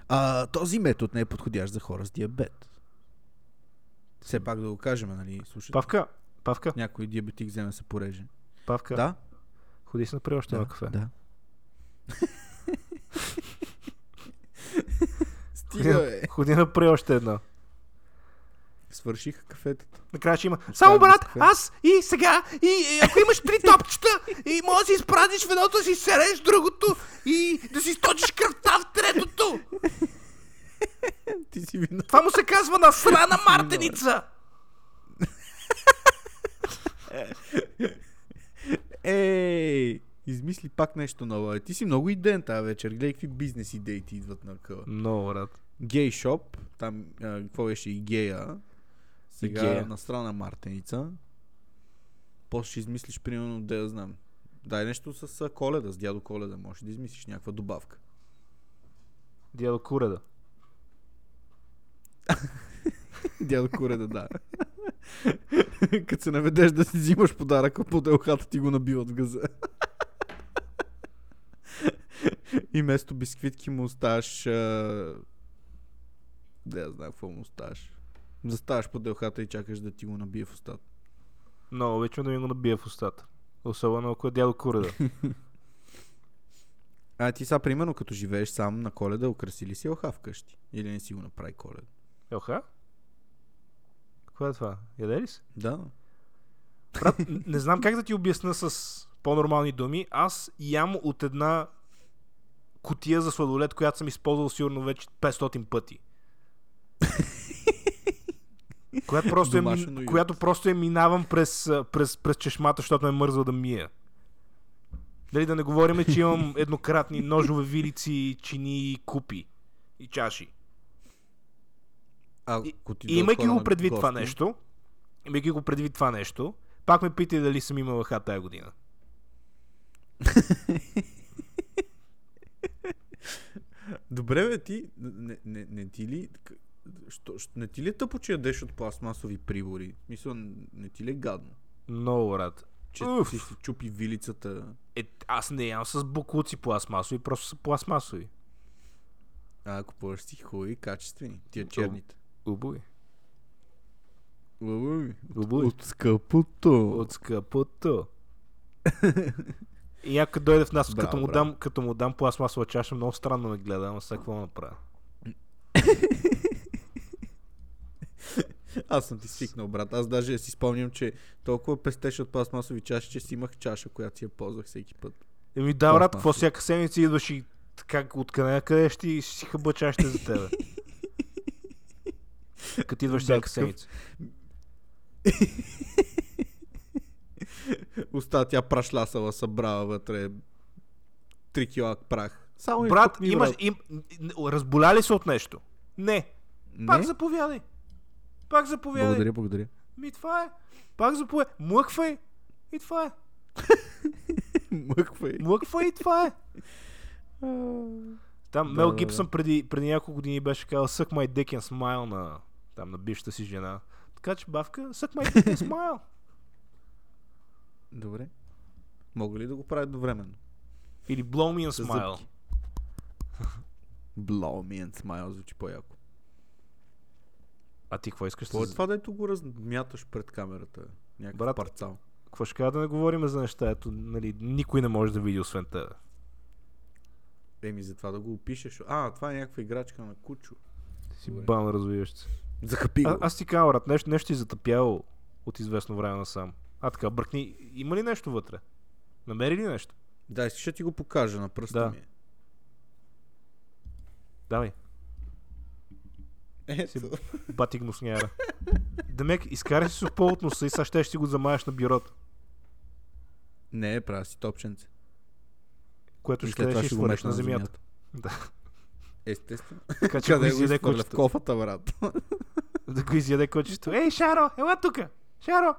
B: а, този метод не е подходящ за хора с диабет. Все пак да го кажем, нали? Слушай,
A: Павка, Павка,
B: някой диабетик вземе да се пореже.
A: Павка.
B: Да,
A: Ходи си направи още
B: да,
A: едно кафе.
B: да. Стига, бе.
A: Ходи, ходи направи още едно.
B: Свършиха кафетата.
A: Накрая ще има.
B: Само,
A: Само
B: без брат,
A: брат,
B: кафе.
A: аз и сега, и, ако имаш три топчета, и може да си изпразиш в едното, да си сереш другото, и да си сточиш кръвта в третото.
B: Ти си вина.
A: Това му се казва на срана мартеница.
B: Ей! Измисли пак нещо ново. Е, ти си много иден тази вечер. Гледай какви бизнес идеи ти идват на къла.
A: Много, брат.
B: Гей шоп, там а, какво беше и гея. Сега
A: гея.
B: на страна Мартеница. После ще измислиш, примерно, да я знам. Дай нещо с а, коледа, с дядо коледа. Може да измислиш някаква добавка.
A: Дядо Куреда.
B: Дядо Кореда, да. Като се наведеш да си взимаш подарък, а под елхата ти го набиват в газа. И вместо бисквитки му оставаш... а, Да я знам какво му оставаш. Заставаш под елхата и чакаш да ти го набие в устата.
A: Много обичам да ми го набия в устата. Особено ако е дядо Куреда.
B: А ти сега, примерно, като живееш сам на коледа, украси ли си елха вкъщи? Или не си го направи коледа?
A: Елха? Какво е това? Яде ли си?
B: Да.
A: Брат, н- не знам как да ти обясна с по-нормални думи. Аз ям от една котия за сладолет, която съм използвал сигурно вече 500 пъти. която, просто е,
B: Домашен
A: мин-
B: уют.
A: която просто е минавам през, а, през, през чешмата, защото ме мързва да мия. Дали да не говорим, че имам еднократни ножове, вилици, чини, купи и чаши.
B: А,
A: И-
B: ако ти
A: И
B: дойдат
A: имайки
B: хора
A: го
B: на
A: предвид това
B: гости-
A: нещо, имайки го предвид това нещо, пак ме питай дали съм имал лъха тая година.
B: Добре, бе, ти, не, не, не ти ли... к- Що, щ- не ти ли е тъпо, че ядеш от пластмасови прибори? Мисля, не ти ли е гадно?
A: Много рад.
B: Че
A: Уф.
B: ти си чупи вилицата.
A: Е, аз не ям с буклуци пластмасови, просто са пластмасови.
B: А, купуваш си хубави, качествени. Тия черните.
A: Убой.
B: Лъбови.
A: Убой. От,
B: скъпото.
A: от скъпото. И ако дойде в нас,
B: Браво,
A: като, му
B: браво.
A: дам, като му дам пластмасова чаша, много странно ме гледа, ама сега какво направя?
B: Аз съм ти свикнал, брат. Аз даже си спомням, че толкова пестеш от пластмасови чаши, че си имах чаша, която си я ползвах всеки път.
A: Еми да, брат, какво
B: Пластмасови.
A: всяка седмица идваш и така откъде къде ще ти- ще си хъба чашите за тебе. Като идваш
B: Да,
A: всяка
B: такъв.
A: седмица.
B: Уста тя прашлясала събрава вътре 3 кила прах. Само
A: Брат, имаш, им, разболя ли се от нещо? Не. Пак
B: Не?
A: заповядай. Пак заповядай.
B: Благодаря, благодаря.
A: Ми това е. Пак заповядай. Млъквай. И това е.
B: Мъквай.
A: Млъквай и това е. Там
B: Да,
A: Мел
B: да,
A: Гибсън преди, преди няколко години беше казал Suck my dick and smile на, там, на бившата си жена. Така че бавка, Suck my dick and smile.
B: Добре. Мога ли да го правя едновременно?
A: Или Blow me and
B: С
A: smile.
B: зъбки. Blow me and smile звучи по-яко.
A: А ти какво искаш?
B: Какво е
A: да-
B: това, дето го размяташ пред камерата? Някакъв
A: Брат.
B: парцал.
A: Какво ще кажа да не говорим за неща? Ето, нали, никой не може да види освен те.
B: Еми, затова да го опишеш. А, това е някаква играчка на кучо.
A: Си
B: Добре.
A: бам развиваш се.
B: Закъпи
A: А,
B: го.
A: аз ти казвам, брат, нещо, нещо ти е затъпяло от известно време насам. А така, бръкни, има ли нещо вътре? Намери ли нещо?
B: Да, ще ти го покажа на пръста
A: Да.
B: ми. е.
A: Давай,
B: Ето.
A: Си- бати гнусняра. Демек, изкарай си сухпо от носа и сега ще ще го замаеш на бюрото,
B: Не, правя си топченце.
A: което
B: И
A: ще
B: след това
A: ще
B: ще го
A: изхвърлиш
B: мешна
A: на земята. Да.
B: Естествено.
A: Така че го
B: Къде го
A: изяде
B: изхвърля в
A: кучето.
B: кофата, брат?
A: Да го изяде кучето. Ей, Шаро, ела тука! Шаро!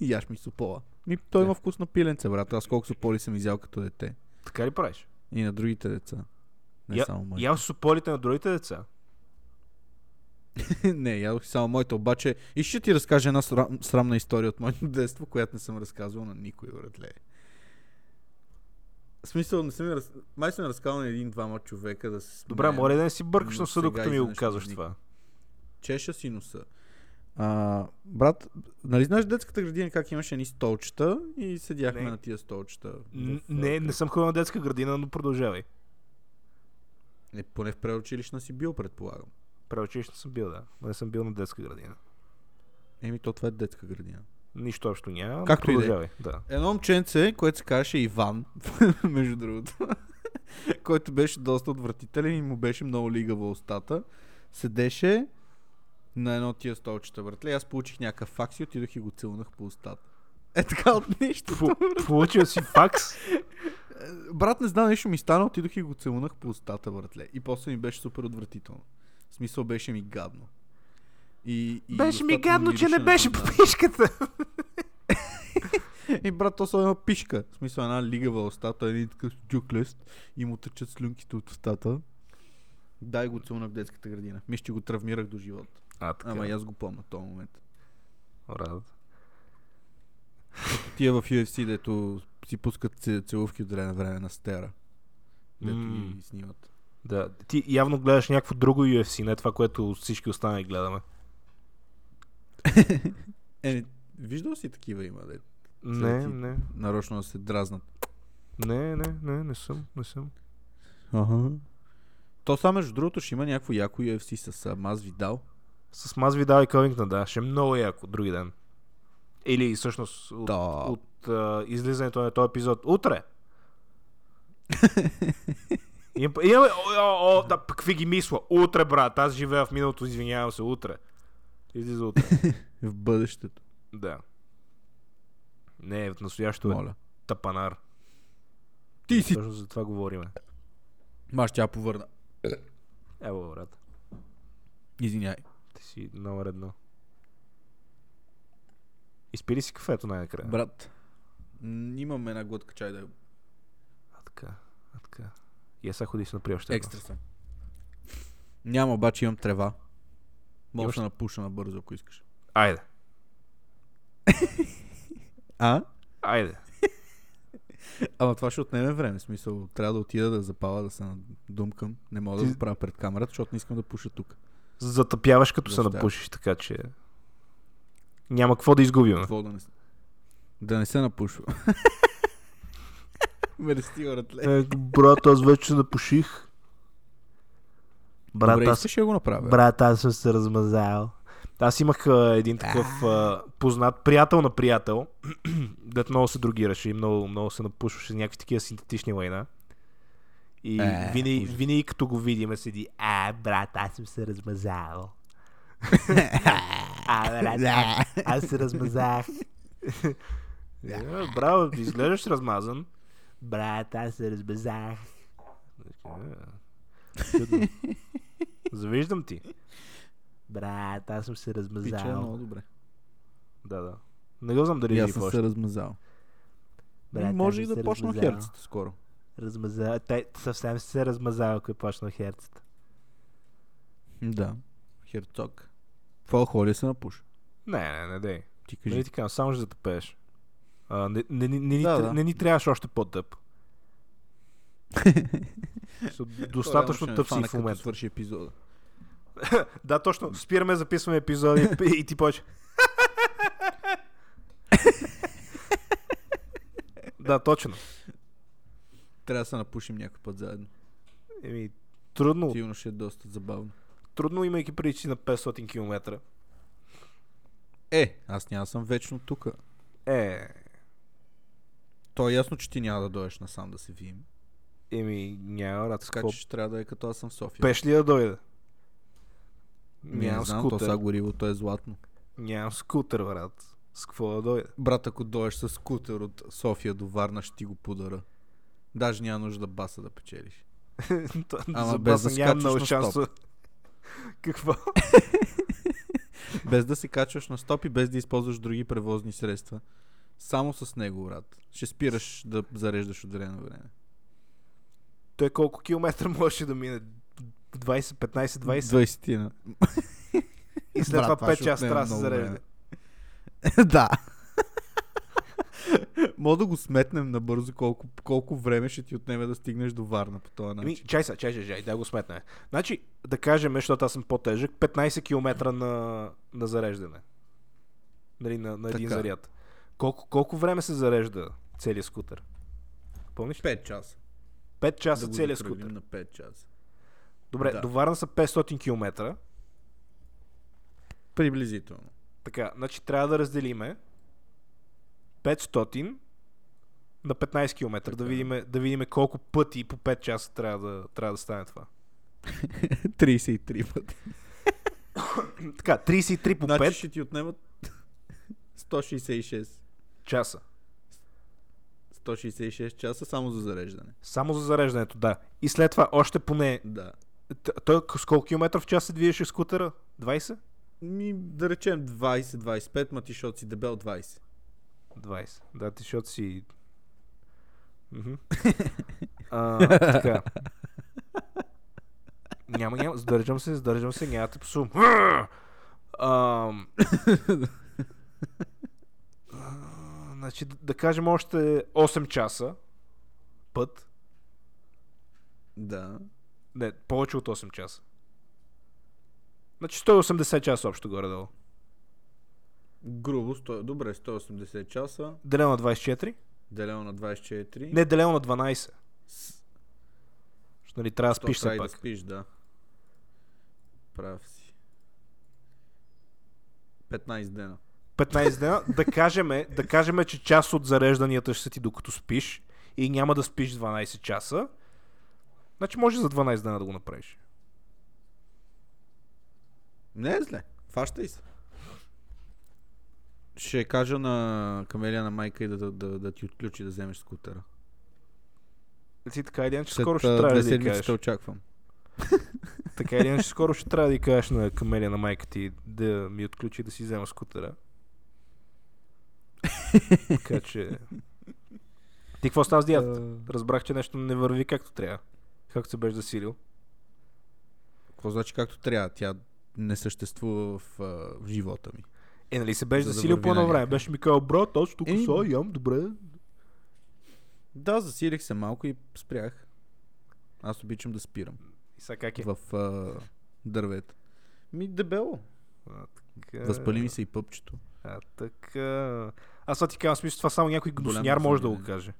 B: Яш ми супола. Ми, той
A: Да.
B: има вкус на пиленце, брат. Аз колко суполи съм изял като дете.
A: Така ли правиш?
B: И на другите деца. Не
A: Я-
B: само моите.
A: Ям сополите на другите деца.
B: не, ядох само моите, обаче и ще ти разкажа една срам, срамна история от моето детство, която не съм разказвал на никой, братле. В смисъл, не съм, я раз... май съм я разказал на един-двама човека да се
A: Добре,
B: смеем.
A: моля да не си бъркаш
B: но
A: на съда,
B: сега
A: докато ми го
B: изведнъж
A: казваш
B: ми
A: това.
B: чеша си носа. А, брат, нали знаеш в детската градина как имаше ни столчета и седяхме
A: Не.
B: на тия столчета?
A: Н-
B: в, а,
A: Не,
B: кръг?
A: не съм ходил на детска градина, но продължавай.
B: Е, поне в преучилищна си бил, предполагам.
A: Преучилищно съм бил, да. но Не съм бил на детска градина.
B: Еми, то това е детска градина.
A: Нищо общо няма. но
B: Както и да е.
A: продължавай. Да.
B: Едно момченце, което се казваше Иван, между другото, който беше доста отвратителен и му беше много лигава устата, седеше на едно от тия столчета, братле. Аз получих някакъв факс и отидох и го целунах по устата. Е така от нищо.
A: Пу- Получил си факс.
B: Брат, не знам, нещо ми стана, отидох и го целунах по устата, братле. И после ми беше супер отвратително. В смисъл беше ми гадно. И, и
A: Беше ми
B: устата
A: гадно, че не
B: мирише на
A: беше по
B: храна.
A: пишката.
B: И Е, брат, то са една пишка. В смисъл една лигава остата, един такъв джуклест и му тъчат слюнките от устата. Дай го целуна в детската градина. Мисля, че го травмирах до живота.
A: А, така.
B: Ама и аз го помня този момент.
A: Радо.
B: Тия в UFC, дето си пускат ц- целувки от време на време на стера. Дето
A: М.
B: ги снимат.
A: Да, ти явно гледаш някакво друго UFC, не това, което всички останали гледаме.
B: Е, виждал си такива има, де.
A: Не,
B: ти-
A: не,
B: Нарочно да се дразнат.
A: не, не, не, не съм, не съм.
B: Ага. То само между другото ще има някакво яко UFC с а, Маз Видал.
A: С Маз Видал и Ковингтън, да, ще е много яко други ден. Или всъщност от,
B: Да.
A: от а, излизането на този епизод утре. Имам- Имаме, о, о, о, да, пък какви ги мисла? Утре, брат, аз живея в миналото, извинявам се, утре. Излиза утре,
B: В бъдещето.
A: да. Не, в настоящето е
B: Моля.
A: тапанар.
B: Ти си.
A: Точно за това говориме.
B: Маш, тя повърна.
A: Ево, брат.
B: Извиняй.
A: Ти си номер едно. Изпи ли си кафето най-накрая?
B: Брат, м, имам една глътка чай да
A: А така, а така. И аз сега ходи си напри още едно.
B: екстра съм. Няма, обаче имам трева. Мога да
A: Имаш-
B: се напуша набързо, ако искаш.
A: Айде,
B: А?
A: айде.
B: Ама това ще отнеме време. В Смисъл, трябва да отида да запала, да се надумкам. Не мога да
A: Ти-
B: го правя пред камерата, защото не искам да пуша тук.
A: Затъпяваш като се
B: Защо?
A: напушиш, така че... Няма какво да изгубим.
B: Какво да не, с- да не се напушва. Мерси, братле.
A: Е, брат, аз вече се напуших. Брат,
B: Добре,
A: аз,
B: искаш ли да го направя.
A: брат, аз съм се размазал. Аз имах а, един такъв а, познат, приятел на приятел, дет много се другираше и много, много се напушваше с някакви такива синтетични лайна. И
B: Е,
A: винаги,
B: ужас.
A: винаги като го видим, седи, а, брат, аз съм се размазал. а, брат, а, аз се размазах. Е, Браво, ти изглеждаш размазан. Брат, аз се размазах. Е, чудно. Завиждам ти. Брат, аз съм се
B: Пича е много
A: размазал.
B: добре.
A: Да, да. Не го знам дали
B: И аз
A: жив
B: съм
A: още.
B: се размазал.
A: Брат, аз
B: Може и
A: съм
B: да
A: се
B: почна
A: размазал.
B: херцата скоро.
A: Размаза... Той съвсем се размазава, ако е почнал херцата.
B: Да. Херцог. Това холи се напуша.
A: Не, не, не, дей.
B: Ти кажи.
A: Нали ти казвам, само ще затъпееш. А, не, не, не, не, ни
B: Да,
A: тр-
B: да.
A: не ни трябваше още по-тъп. Со-
B: Той
A: Достатъчно
B: ме
A: тъп си
B: фане,
A: в
B: като
A: момента.
B: свърши епизода.
A: Да, точно. Спираме, записваме епизоди и- и ти повече. да, точно.
B: Трябва да се напушим някой път заедно.
A: Еми, трудно,
B: Сигурно ще е доста забавно.
A: трудно имайки преди че си на 500 км.
B: Е, аз няма да съм вечно тук.
A: Е,
B: То е ясно, че ти няма да дойдеш насам да се видим.
A: еми, няма рад.
B: Така че ще трябва да е като аз съм в София.
A: Пеш ли да дойде?
B: Ми, не
A: Нямам
B: знам, то сега
A: скутер.
B: горивото е златно.
A: Нямам скутер, брат. С какво да дойде?
B: Брат, ако дойдеш с скутер от София до Варна, ще ти го подара. Даже няма нужда баса да печелиш.
A: То-
B: Ама
A: за
B: без да
A: баса нямам
B: скачаш
A: много
B: на
A: шансове. Какво?
B: Без да се качваш на стоп и без да използваш други превозни средства. Само с него, брат. Ще спираш да зареждаш от време на време.
A: Той колко километра можеше да мине? 20, 15, 20?
B: 20
A: И след
B: Брат,
A: това
B: това
A: 5
B: ще
A: часа
B: отнеме
A: трябва да се
B: много
A: зарежда.
B: време. да. Мога да го сметнем набързо колко, колко време ще ти отнеме да стигнеш до Варна по този
A: Ами,
B: начин.
A: чай са, чай, чай, чай, да го сметна. Значи, да кажем, защото аз съм по-тежък, 15 км на, на зареждане. Нали, на, на един
B: Така.
A: заряд. Колко, колко време се зарежда целият скутер? Помниш?
B: 5 часа.
A: 5 часа
B: Да го
A: целият
B: закръглим
A: скутер.
B: на 5 часа.
A: Добре,
B: Да.
A: до Варна са 500 км.
B: Приблизително.
A: Така, значи трябва да разделиме 500 на 15 км, да
B: Така.
A: видим, да видим колко пъти по 5 часа трябва да, трябва да стане това.
B: 33 пъти.
A: Така, 33 по 5
B: Значи ще ти отнемат 166.
A: часа.
B: 166 часа само за зареждане.
A: Само за зареждането, да. И след това още поне...
B: Да.
A: т- Той с колко километра в час се движеше скутера? 20?
B: Ми, да речем 20-25, ма ти защото си дебел 20.
A: 20. Да, ти защото си... Мгм. а, така. Няма, няма. Задържам се, задържам се, няма да те псувам. Ам. А, Значи, да, да кажем още 8 часа път.
B: Да.
A: Не, повече от 8 часа. Значи 180 часа общо горе-долу.
B: Грубо, 100, добре, 180 часа,
A: Делено на 24.
B: делено на 24.
A: Не, делено на 12.
B: С-
A: Защото нали, трябва да
B: то
A: спиш
B: трябва
A: все
B: и да
A: пак.
B: спиш, да. Прав си. 15 дена.
A: 15 дена, да кажем, да кажем, че част от зарежданията ще са ти докато спиш и няма да спиш 12 часа. Значи може за 12 дена да го направиш.
B: Не е зле. Фащай се. Ще кажа на Камелия на майка и да, да, да, да ти отключи да вземеш скутера.
A: Ти така един, че
B: След
A: скоро ще
B: а,
A: трябва
B: две
A: да ти
B: седмици
A: кажеш.
B: те очаквам.
A: Така един, че скоро ще трябва да ти кажеш на камелия на майка ти да ми отключи да си взема скутера. така че... Ти какво става с диятата? Разбрах, че нещо не върви както трябва. Както се беше засилил.
B: Какво значи както трябва? Тя не съществува в, а, в живота ми.
A: Е, нали се беше
B: За да
A: засилил
B: върви Е.
A: по едно
B: някъде.
A: време. Беше ми казал, брат, аз тук
B: Еми,
A: са, ям, добре.
B: Да, засилих се малко и спрях. Аз обичам да спирам
A: И сега как е?
B: в а, дървета. Ми дебело.
A: А, така...
B: Възпали ми се и пъпчето.
A: А, така... Аз това ти казвам, в смисъл, това само някой
B: Голям
A: гнусняр може да го
B: възпаление.
A: каже.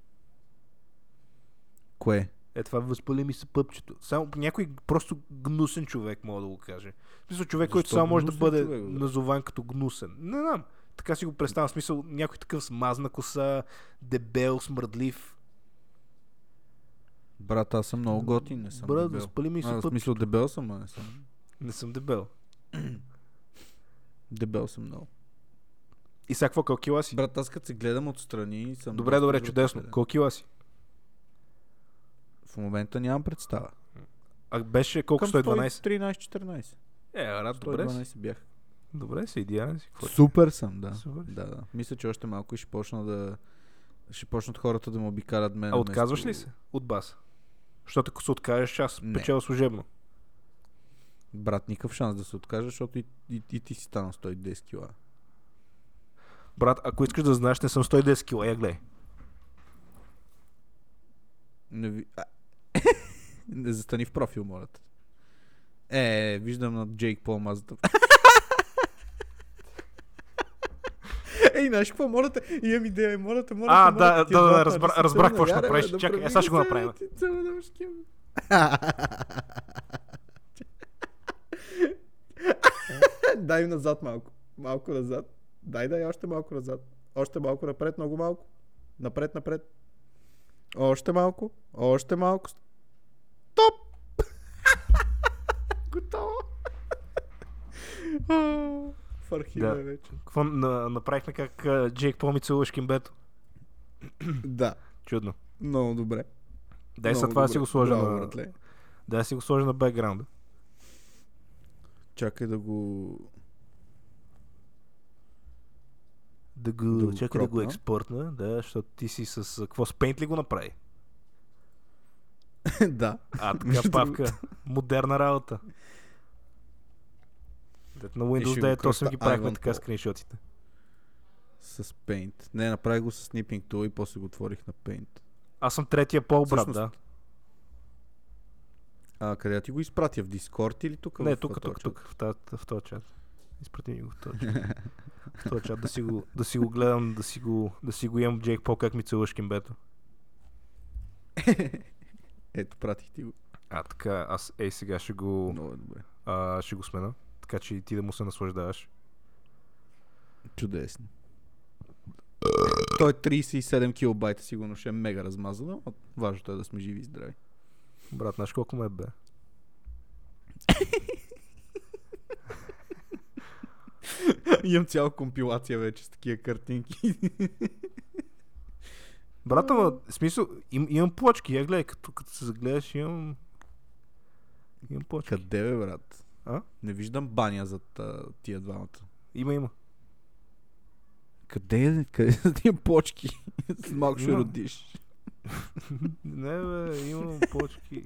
B: Кое?
A: Е, това възпали ми се пъпчето. Само някой просто гнусен човек може да го каже. В смисъл, човек, който
B: Защо
A: само може да
B: гнусен
A: бъде
B: човек, бе?
A: назован като гнусен. Не знам. Така си го представям. В смисъл, някой такъв смазна коса, дебел, смърдлив.
B: Брат, аз съм много готин, не съм
A: Брат,
B: дебел.
A: възпали ми се
B: А, в
A: пъп.
B: смисъл дебел съм, а не съм.
A: Не съм дебел.
B: Дебел съм много.
A: И сега какво, колко кила си?
B: Брат, аз като се гледам отстрани съм...
A: Добре,
B: доста
A: добре,
B: зле
A: чудесно.
B: определен.
A: Колко кила си?
B: В момента нямам представа.
A: А беше колко? 112?
B: 13-14.
A: Е, рад, добре си.
B: 112 бях.
A: Добре си, идеален си. Какво е?
B: Супер съм, да.
A: Супер си.
B: Да, да. Мисля, че още малко и ще почна да... Ще почнат хората да ме обикарат мен.
A: А отказваш ли
B: вместо-
A: се от бас? Защото ако се откажеш, аз
B: Не.
A: печеля служебно.
B: Брат, никакъв шанс да се откажа, защото и, и, и ти си станал 110 кила.
A: Брат, ако искаш да знаеш, не съм 110 кила, я гледай.
B: Не, ви... а... не застани в профил, моля те. Е, виждам на Джейк Пол мазата. Ей, знаеш какво, моля те, имам идея, моля те, моля те.
A: А,
B: моля
A: да,
B: те, ти
A: да,
B: е
A: да,
B: златна,
A: разбра-
B: ти си
A: разбрах какво ще
B: цел на вяра,
A: направиш.
B: бе, да
A: Чакай, е,
B: прави
A: сега ще го
B: цел,
A: направим.
B: ти цел да ме шким. Дай назад малко. Малко назад. Дай, дай още малко назад. Още малко напред, много малко. Напред, напред. Още малко. Още малко. Стоп! Готово. В архива
A: Да.
B: е вече.
A: Какво на, направихме как а, Джейк Пол ми целуваш кимбето?
B: Да,
A: Чудно.
B: много добре.
A: Дай сега
B: Много
A: това да
B: добре.
A: си го сложа
B: Браво,
A: на...
B: братле.
A: Дай да си го сложа на бекграунда.
B: Чакай да го...
A: Да
B: Да
A: го...
B: го
A: Чакай да го
B: кропна.
A: експортна, да, защото ти си с... а, Какво с Paint ли го направи?
B: да.
A: А, така
B: Между
A: павка. Модерна работа. Дет на
B: ще
A: Windows
B: го
A: 9 8 ги
B: кръста
A: правихме
B: Ivan
A: така
B: Paul.
A: скриншотите.
B: С Paint. Не, направих го с Snipping Tool и после го отворих на Paint.
A: Аз съм третия пол, брат,
B: Всъщност,
A: да.
B: А, къде да ти го изпратя? В Discord или тук?
A: Не,
B: в
A: тук, тук,
B: този
A: тук, в, тази, в този чат. Изпрати ми го в този чат. В този чат да си го, да си го гледам, да си го, да си го имам в Джейк Пол, как ми целуваш кимбето.
B: чат? Ето, пратих ти го.
A: А, така, аз ей сега ще го,
B: Много е добре.
A: а, ще го смена. Така че и ти да му се наслаждаваш.
B: Чудесно. Той е 37 килобайта, сигурно ще е мега размазано, но важното е да сме живи и здрави.
A: Брат, знаеш колко ме е бе?
B: Имам цяла компилация вече с такива картинки.
A: Брат, ама, в смисъл, им, имам плочки, я гледай, като, като се загледаш, имам... Имам плочки.
B: Къде бе, брат?
A: А?
B: Не виждам баня зад а, тия двамата.
A: Има, има.
B: Къде е? Къде са тия почки? След малко ще
A: Има.
B: родиш.
A: Не, бе, имам плочки.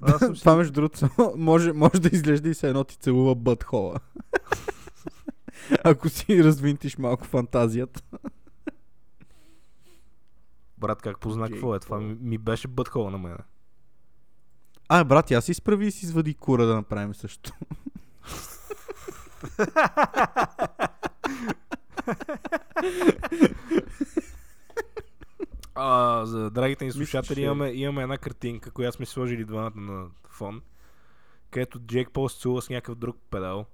A: Аз съм си...
B: Това между другото може, може да изглежда и се едно ти целува бъдхола. Ако си развинтиш малко фантазията.
A: Брат, как позна
B: Джейк
A: какво е? Това ми, ми беше бъдхола на мене.
B: А, брат, аз изправи и си извади кура да направим също.
A: А, за драгите ни
B: Мисля,
A: слушатели
B: че-
A: имаме, имаме една картинка, която сме сложили двамата на фон, където Джек Пол се целува с някакъв друг педал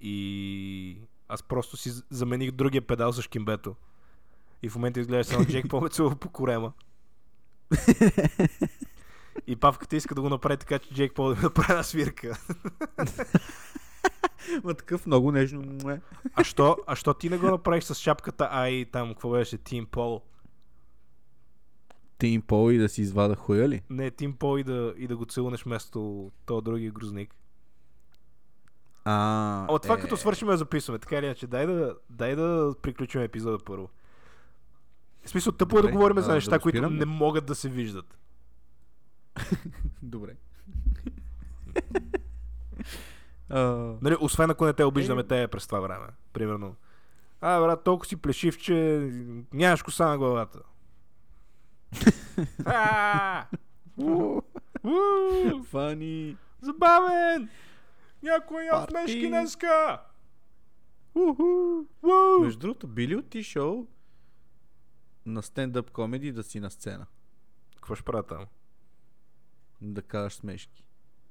A: и аз просто си замених другия педал с шкимбето. И в момента изглежда само Джек Пол ме целува по корема. И папката иска да го направи така, че Джек Пол да ми направи една свирка.
B: Ма такъв много нежно. е. муе.
A: А що, а що ти не го направиш с шапката, а и там, какво беше, Тим Пол?
B: Ти им пол и да си извада хуя ли?
A: Не, Тим Пол и да, и да го целунеш вместо то другия грузник.
B: А,
A: О, това
B: е,
A: като свършим я записваме, така или иначе, дай да, дай да приключим епизода първо. В смисъл, тъпо е да
B: Добре,
A: говорим
B: а,
A: за
B: да
A: неща,
B: го
A: които
B: спираме?
A: не могат да се виждат.
B: Добре. А,
A: Нали, освен ако не те обиждаме
B: Е.
A: те е през това време. Примерно. А, брат, толкова си плешив, че нямаш коса на главата. А!
B: уу,
A: Уу!
B: Фани.
A: Забавен! Някой я
B: Парти!
A: флешки днеска!
B: Уху.
A: Уу!
B: Между другото, би ли отишъл на стендъп комеди да си на сцена?
A: Какво ще правя там?
B: Да кажеш смешки.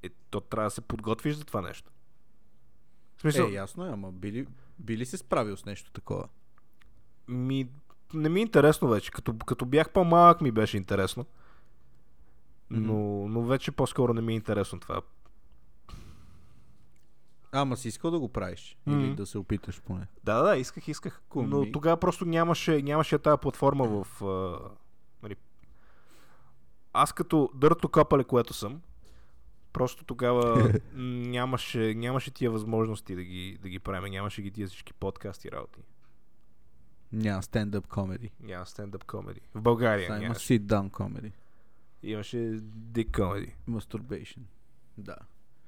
A: Е, то трябва да се подготвиш за това нещо. В смисъл,
B: Е, ясно е, ама би ли, би ли се справил с нещо такова?
A: Ми, не ми е интересно вече. Като, като бях по-малък ми беше интересно. Но, но вече по-скоро не ми е интересно това.
B: Ама си искал да го правиш?
A: Мгм.
B: Или да се опиташ поне?
A: Да, да, да, исках, исках. Но
B: Комик.
A: тогава просто нямаше, нямаше тази платформа в... А, нали, аз като дърто капале, което съм, просто тогава нямаше, нямаше тия възможности да ги, да ги правим. Нямаше ги тия всички подкасти и работи.
B: Няма стендъп комеди.
A: Няма стендъп комеди. В България
B: Сега има
A: Е, нямаше.
B: sit down комеди.
A: Имаше дик комеди.
B: Masturbation. Да.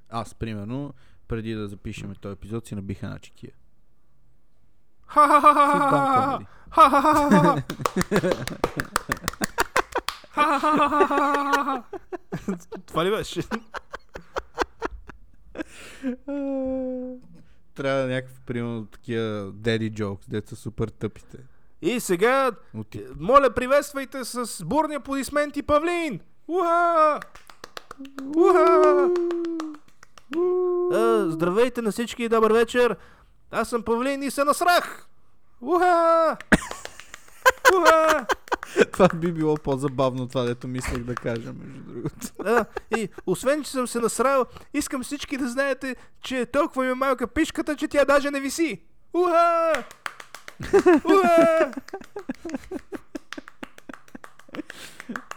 B: Аз, примерно, преди да запишем този епизод, си набих една чекия. Sit down
A: Ха-ха-ха-ха-ха-ха!
B: комеди.
A: Това ли беше?
B: Трябва някакви, примерно, такива daddy jokes, дето са супер тъпите.
A: И сега,
B: От
A: е,
B: тип,
A: моля, приветствайте с бурни аплодисменти Павлин! Уха! Уха! А, здравейте на всички и добър вечер! Аз съм Павлин и се насрах! Уха! Уха!
B: Това би било по-забавно, това дето мислех да кажа, между другото.
A: А, и освен, че съм се насрал, искам всички да знаете, че толкова ми е малка пишката, че тя даже не виси. Уха! Уха!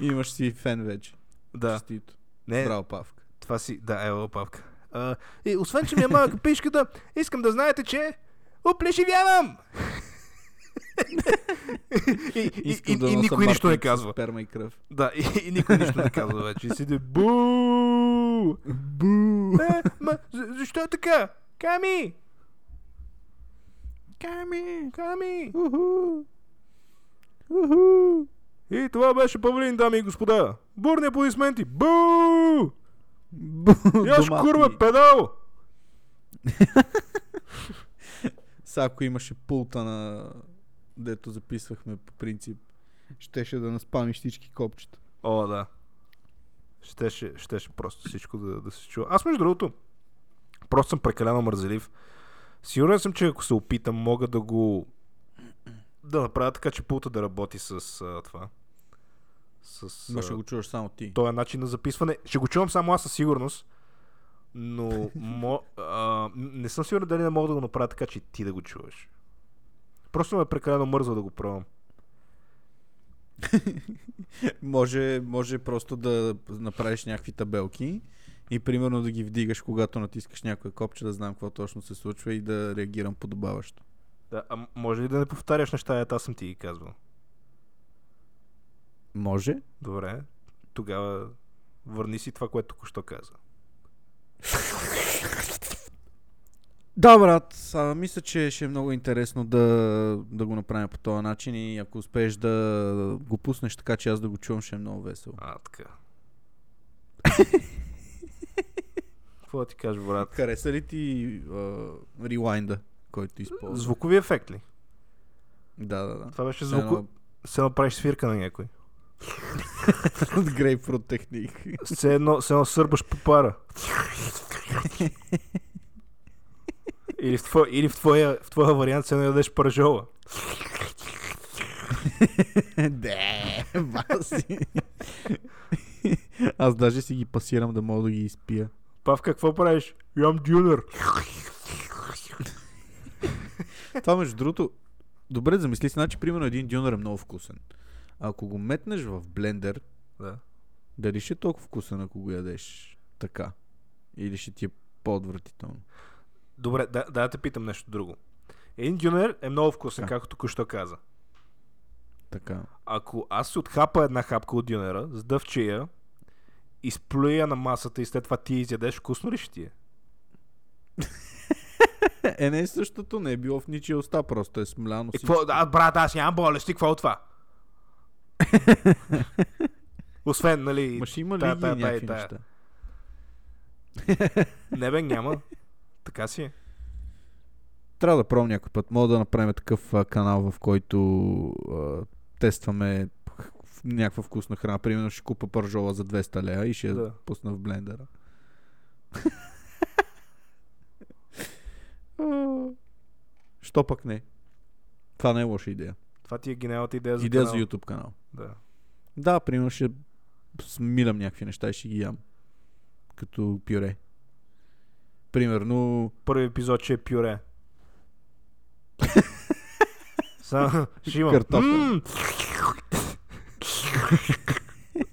B: Имаш си фен вече.
A: Да. Е.
B: Честито.
A: Не,
B: Браво, Павка.
A: това си... Да, ело, папка. А, и освен, че ми е малка пишката, искам да знаете, че... Оплешивявам! и, и,
B: Искам
A: и,
B: да
A: и
B: нося
A: никой нищо не
B: мартенци с
A: казва.
B: Сперма и кръв.
A: Да, и, и никой нищо не казва вече. И седи бу!
B: Бу!
A: Е, ма, за- защо е така? Ками!
B: Ками!
A: Ками!
B: Уху! Уху!
A: И това беше Павлин, дами и господа. Бурни аплодисменти. Бу!
B: Бу!
A: Яш
B: домати.
A: курва педал!
B: Сега ако имаше пулта на... Дето записвахме по принцип. Щеше да наспами всички копчета.
A: О, да. Щеше, щеше просто всичко да, да се чува. Аз, между другото, просто съм прекалено мързелив. Сигурен съм, че ако се опитам, мога да го... Да направя така, че пулта да работи с а, това. С...
B: Но
A: а,
B: ще го чуваш само ти.
A: този начин на записване. Ще го чувам само аз със сигурност. Но мо, а, не съм сигурен дали не мога да го направя така, че и ти да го чуваш. Просто ме е прекалено мързва да го пробвам.
B: Е, Може, може просто да направиш някакви табелки и примерно да ги вдигаш, когато натискаш някое копче, да знам какво точно се случва и да реагирам подобаващо.
A: Да, а може ли да не повтаряш неща, ето аз съм ти ги казвал.
B: Може?
A: Добре, тогава върни си това, което току-що каза.
B: Да, брат, а, мисля, че ще е много интересно да, да го направим по този начин и ако успееш да го пуснеш така, че аз да го чувам, ще е много весело.
A: А, така. Какво да ти кажа, брат?
B: Хареса ли ти а, релайнда, който използваш?
A: Звукови ефект ли?
B: Да, да, да.
A: Това беше
B: Все едно
A: звук. Се направиш свирка на някой.
B: От Grapefruit техник.
A: Все едно, все едно сърбаш по пара. Или в, твоя, или в, твоя, в твоя вариант се ядеш пържола.
B: Да, баси. Аз даже си ги пасирам да мога да ги изпия.
A: Пав, какво правиш? Ям дюнер.
B: Това между другото, добре замисли се, значи примерно един дюнер е много вкусен. Ако го метнеш в блендер,
A: Да.
B: дали ще е толкова вкусен, ако го ядеш така? Или ще ти е по-отвратително?
A: Добре, да, да, те питам нещо друго. Един дюнер е много вкусен,
B: Да.
A: както току-що каза.
B: Така.
A: Ако аз си отхапа една хапка от дюнера, сдъвча я, изплюя на масата и след това ти я изядеш, вкусно ли ще ти е?
B: Е, не е същото, не е било в ничия уста, просто е смляно
A: И какво,
B: всичко.
A: а, брат, аз нямам болести, какво е от това? Освен, нали,
B: Ма ще има ли
A: тая,
B: ги
A: тая, тая и
B: някакви
A: тая.
B: неща?
A: Не бе, няма. Така си е.
B: Трябва да пробвам някой път. Мога да направим такъв а, канал, в който а, тестваме х- в- някаква вкусна храна. Примерно ще купа пържола за 200 лея и ще я
A: Да.
B: пусна в блендера. Що пък не? Това не е лоша идея.
A: Това ти е гениалната идея за
B: идея
A: канала.
B: за YouTube канал.
A: Да.
B: Да, примерно ще смилям някакви неща и ще ги ям. Като пюре. Примерно
A: Първи епизод ще е пюре. Само ще имам.
B: Картофел.
A: М!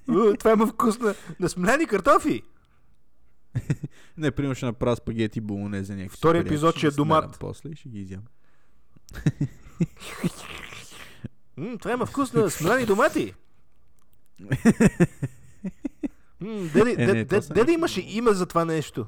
A: У, Това има вкус на, на смляни картофи.
B: Не, примерно ще направя спагети болонезе някакви.
A: Втори
B: супер
A: епизод
B: яки,
A: ще е
B: ги
A: домат.
B: смелям После и ще ги изям.
A: М, Това има вкус на смляни домати. М, Деди,
B: Е, не,
A: дед-
B: това
A: дед-
B: са
A: деди
B: някакви
A: имаше
B: много-
A: име за това нещо.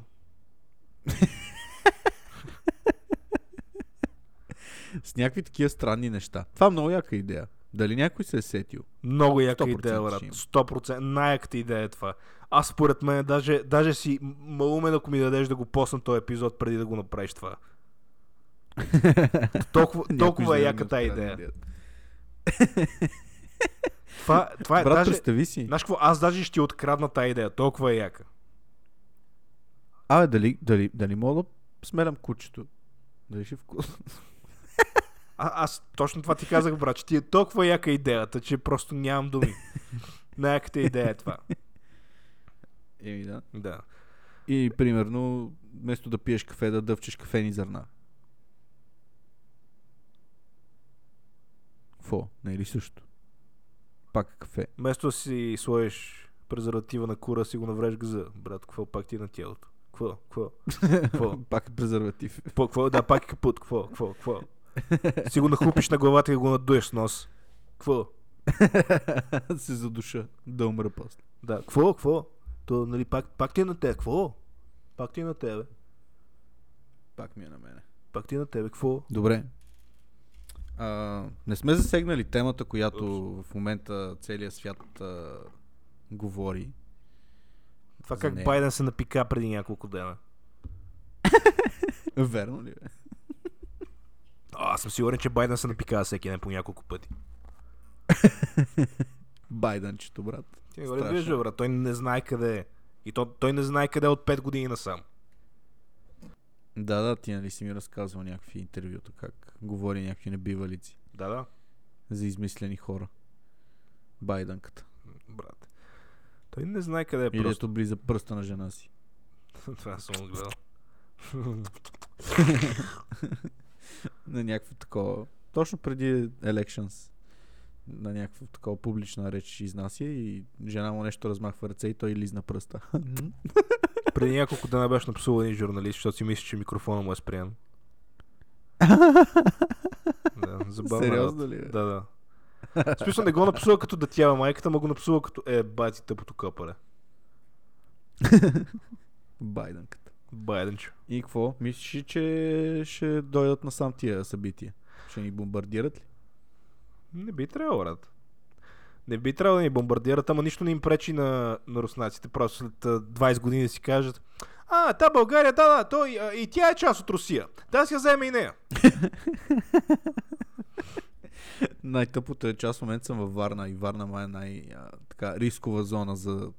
B: С някакви такива странни неща. Това е много яка идея. Дали някой се е сетил?
A: Много яка
B: 100%
A: идея, брат.
B: ще има.
A: 100%. Най-яката идея е това. Аз според мен даже, даже си м- малумен, ако ми дадеш да го посна този епизод преди да го направиш това. Толкова,
B: Някой ще
A: толкова
B: да
A: е
B: ми
A: яка тази
B: открадне
A: идея. Това, това е
B: Брат,
A: даже...
B: представи си.
A: Знаеш какво? Аз даже ще ти открадна тази идея. Толкова е яка.
B: Абе, дали, дали, дали мога да смелям кучето? Дали ще е вкусно?
A: А, аз точно това ти казах, брат, че ти е толкова яка идеята, че просто нямам думи. Най-яката идея е това.
B: Еми да.
A: Да.
B: И примерно, вместо да пиеш кафе, да дъвчеш кафени зърна. Какво? Не е ли също? Пак е кафе.
A: Вместо да си сложиш презерватива на кура, си го навреш газа. Брат, какво пак ти е на тялото? Какво? Какво? Какво?
B: Пак е презерватив.
A: Какво? Да, пак е капут. Какво? Какво? Какво? Си го нахлупиш на главата и го надуеш с нос. Кво?
B: се задуша да умра после.
A: Да, кво, кво? То, нали, пак, пак ти е на тебе, кво? Пак ти е на тебе.
B: Пак ми е на мене.
A: Пак ти е на тебе, кво?
B: Добре. А, не сме засегнали темата, която в момента целият свят а, говори.
A: Това
B: За
A: как
B: нея.
A: Байден се напика преди няколко дена.
B: Верно ли е?
A: А, аз съм сигурен, че Байден се напикава всеки ден по няколко пъти.
B: Байденчето, брат.
A: Ти не го
B: Страшно.
A: разбираш, бе, брат. Той не знае къде е. И то, той не знае къде е от 5 години насам.
B: Да, да, ти нали си ми разказвал някакви интервюта, как говори някакви небивалици
A: Да, да.
B: за измислени хора. Байденката.
A: Брат. Той не знае къде е
B: Или
A: просто.
B: ето близа пръста на жена си.
A: Това съм го гледал.
B: на някакво такова. Точно преди Elections на някаква такова публична реч изнася и жена му нещо размахва ръце и той лизна пръста.
A: Преди няколко дена беше напсувал един журналист, защото си мисли, че микрофона му е спрян. Да, забавно. е,
B: Сериозно ли, е? бе?
A: Да, да. В смисъл не го напсува като дътява майката, ма го напсува като е, бати тъпото капаре.
B: Байденката.
A: Байденчо.
B: И какво? Мислиш, ли, че ще дойдат насам тия събития? Ще ни бомбардират ли?
A: Не би трябвало, брат. Не би трябвало да ни бомбардират, ама нищо не им пречи на, на руснаците. Просто след а, 20 години да си кажат А, та България, да, да, той, а, и тя е част от Русия. Да, си я вземе и нея.
B: Най-тъпото е, че аз в момента съм във Варна и Варна май е най-така рискова зона за...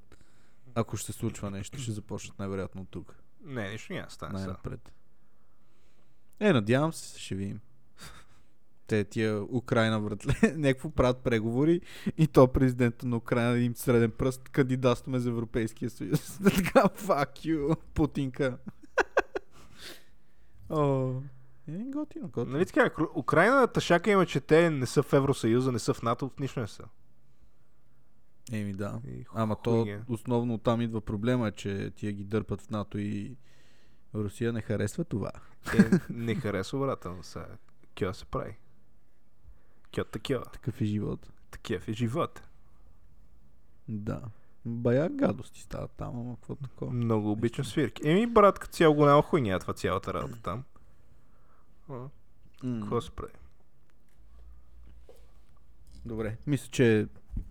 B: Ако ще се случва нещо, ще започнат най-вероятно от тук.
A: Не, нищо няма да стане. сега.
B: Най-напред. Е, надявам се, ще видим. Те тия Украина вратле, някакво правят преговори и то президента на Украина им среден пръст кандидатстваме за Европейския съюз. така, fuck you, Путинка. О, е, готино, готино.
A: Нали така, Кру- Украина тъшака има, че те не са в Евросъюза, не са в НАТО, нищо не са.
B: Еми да.
A: И ху-
B: Ама
A: хуй
B: то
A: ги е.
B: основно там идва проблема, че тия ги дърпат в НАТО и Русия не харесва това.
A: Е, не харесва брата на сега. Кьо се прави. Кьо такива.
B: Такъв е живот.
A: Такива е живот.
B: Да. Бая гадости стават там, ама какво такова.
A: Много обичам свирки. Еми, брат, като цяло го няма хуйня е това цялата работа там. А, Какво се прави?
B: Добре. Мисля, че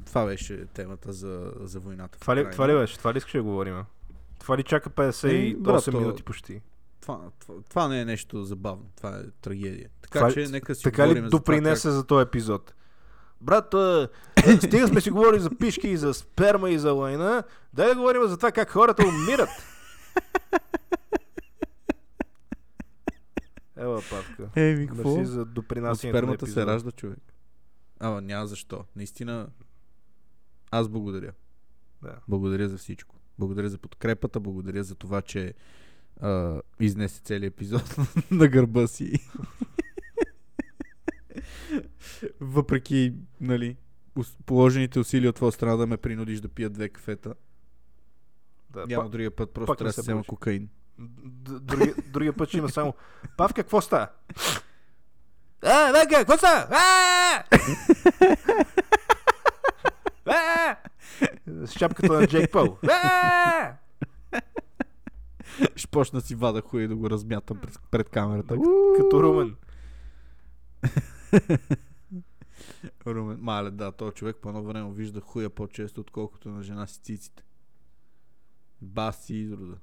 B: това беше темата за, за войната. в
A: Това ли,
B: Украйна.
A: това ли беше? Това ли искаш да говорим? Това ли чака 58
B: Еми, Ами, брат, то-
A: минути почти?
B: Това, това, това не е нещо забавно. Това е трагедия. Така
A: Това-
B: че нека си
A: Така ли
B: говорим за това
A: допринесе за този епизод? Брат, а, е, стига сме си говорили за пишки и за сперма и за лайна. Дай да говорим за това как хората умират. Ела, папка.
B: как... Еми,
A: Мерси за
B: От
A: допринасянето на
B: спермата се
A: епизода.
B: ражда човек. Ама няма защо. Наистина, аз благодаря.
A: Да.
B: Благодаря за всичко. Благодаря за подкрепата, благодаря за това, че а, изнесе целият епизод на гърба си. Въпреки, нали, ус- положените усилия от твоя страна да ме принудиш да пия две кафета.
A: Да,
B: Няма
A: па-
B: другия път, просто
A: пак не
B: трябва да
A: се
B: се взема
A: получи.
B: кокаин.
A: Д- Другия, другия път ще има само Павка, какво става? А, Ванка, какво става? А! А! С шапката на Джейк Пол. А!
B: Ще почна да си вада хуя и да го размятам пред, пред камерата.
A: Като Румен.
B: Румен. Мале, да, този човек по едно време вижда хуя по-често, отколкото на жена си циците. Баси изрода.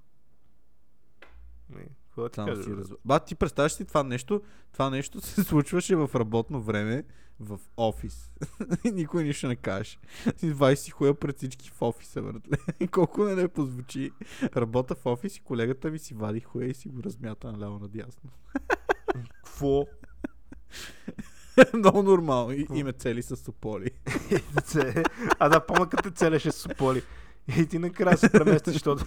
A: Ми, Какво да ти
B: Само
A: кажа?
B: си
A: бе?
B: раз... Ба, ти представяш си това нещо? Това нещо се случваше в работно време в офис. И Никой нищо не каже. Си 20 хуя пред всички в офиса, братле. И Колко не не позвучи. Работа в офис и колегата ми си вади хуя и си го размята наляво надясно.
A: Какво?
B: Много нормално. И, и ме цели с сополи.
A: Це- А да, помня като те целеше с Сополи. И ти накрая се преместиш, защото...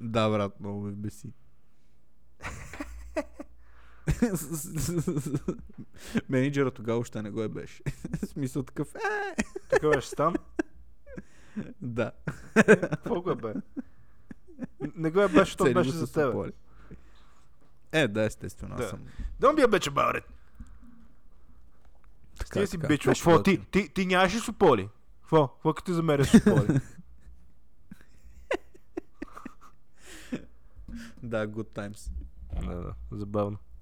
B: Да, брат, много ме беси. Менеджера тогава още не го е беше. В смисъл такъв. Е,
A: Тук беше Стан.
B: да.
A: Какво го е бе? Не го е беше, защото
B: Цели го
A: беше за
B: с
A: тебе.
B: опори. Е, да, естествено, аз
A: Да.
B: съм.
A: Don't be a bitch about it.
B: Така,
A: Ти си
B: така.
A: бичо.
B: Беше
A: Какво? Ти,
B: готино.
A: ти, ти нямаш ли суполи? Какво? Какво като ти замеря суполи?
B: Да, good times.
A: да, да, забавно.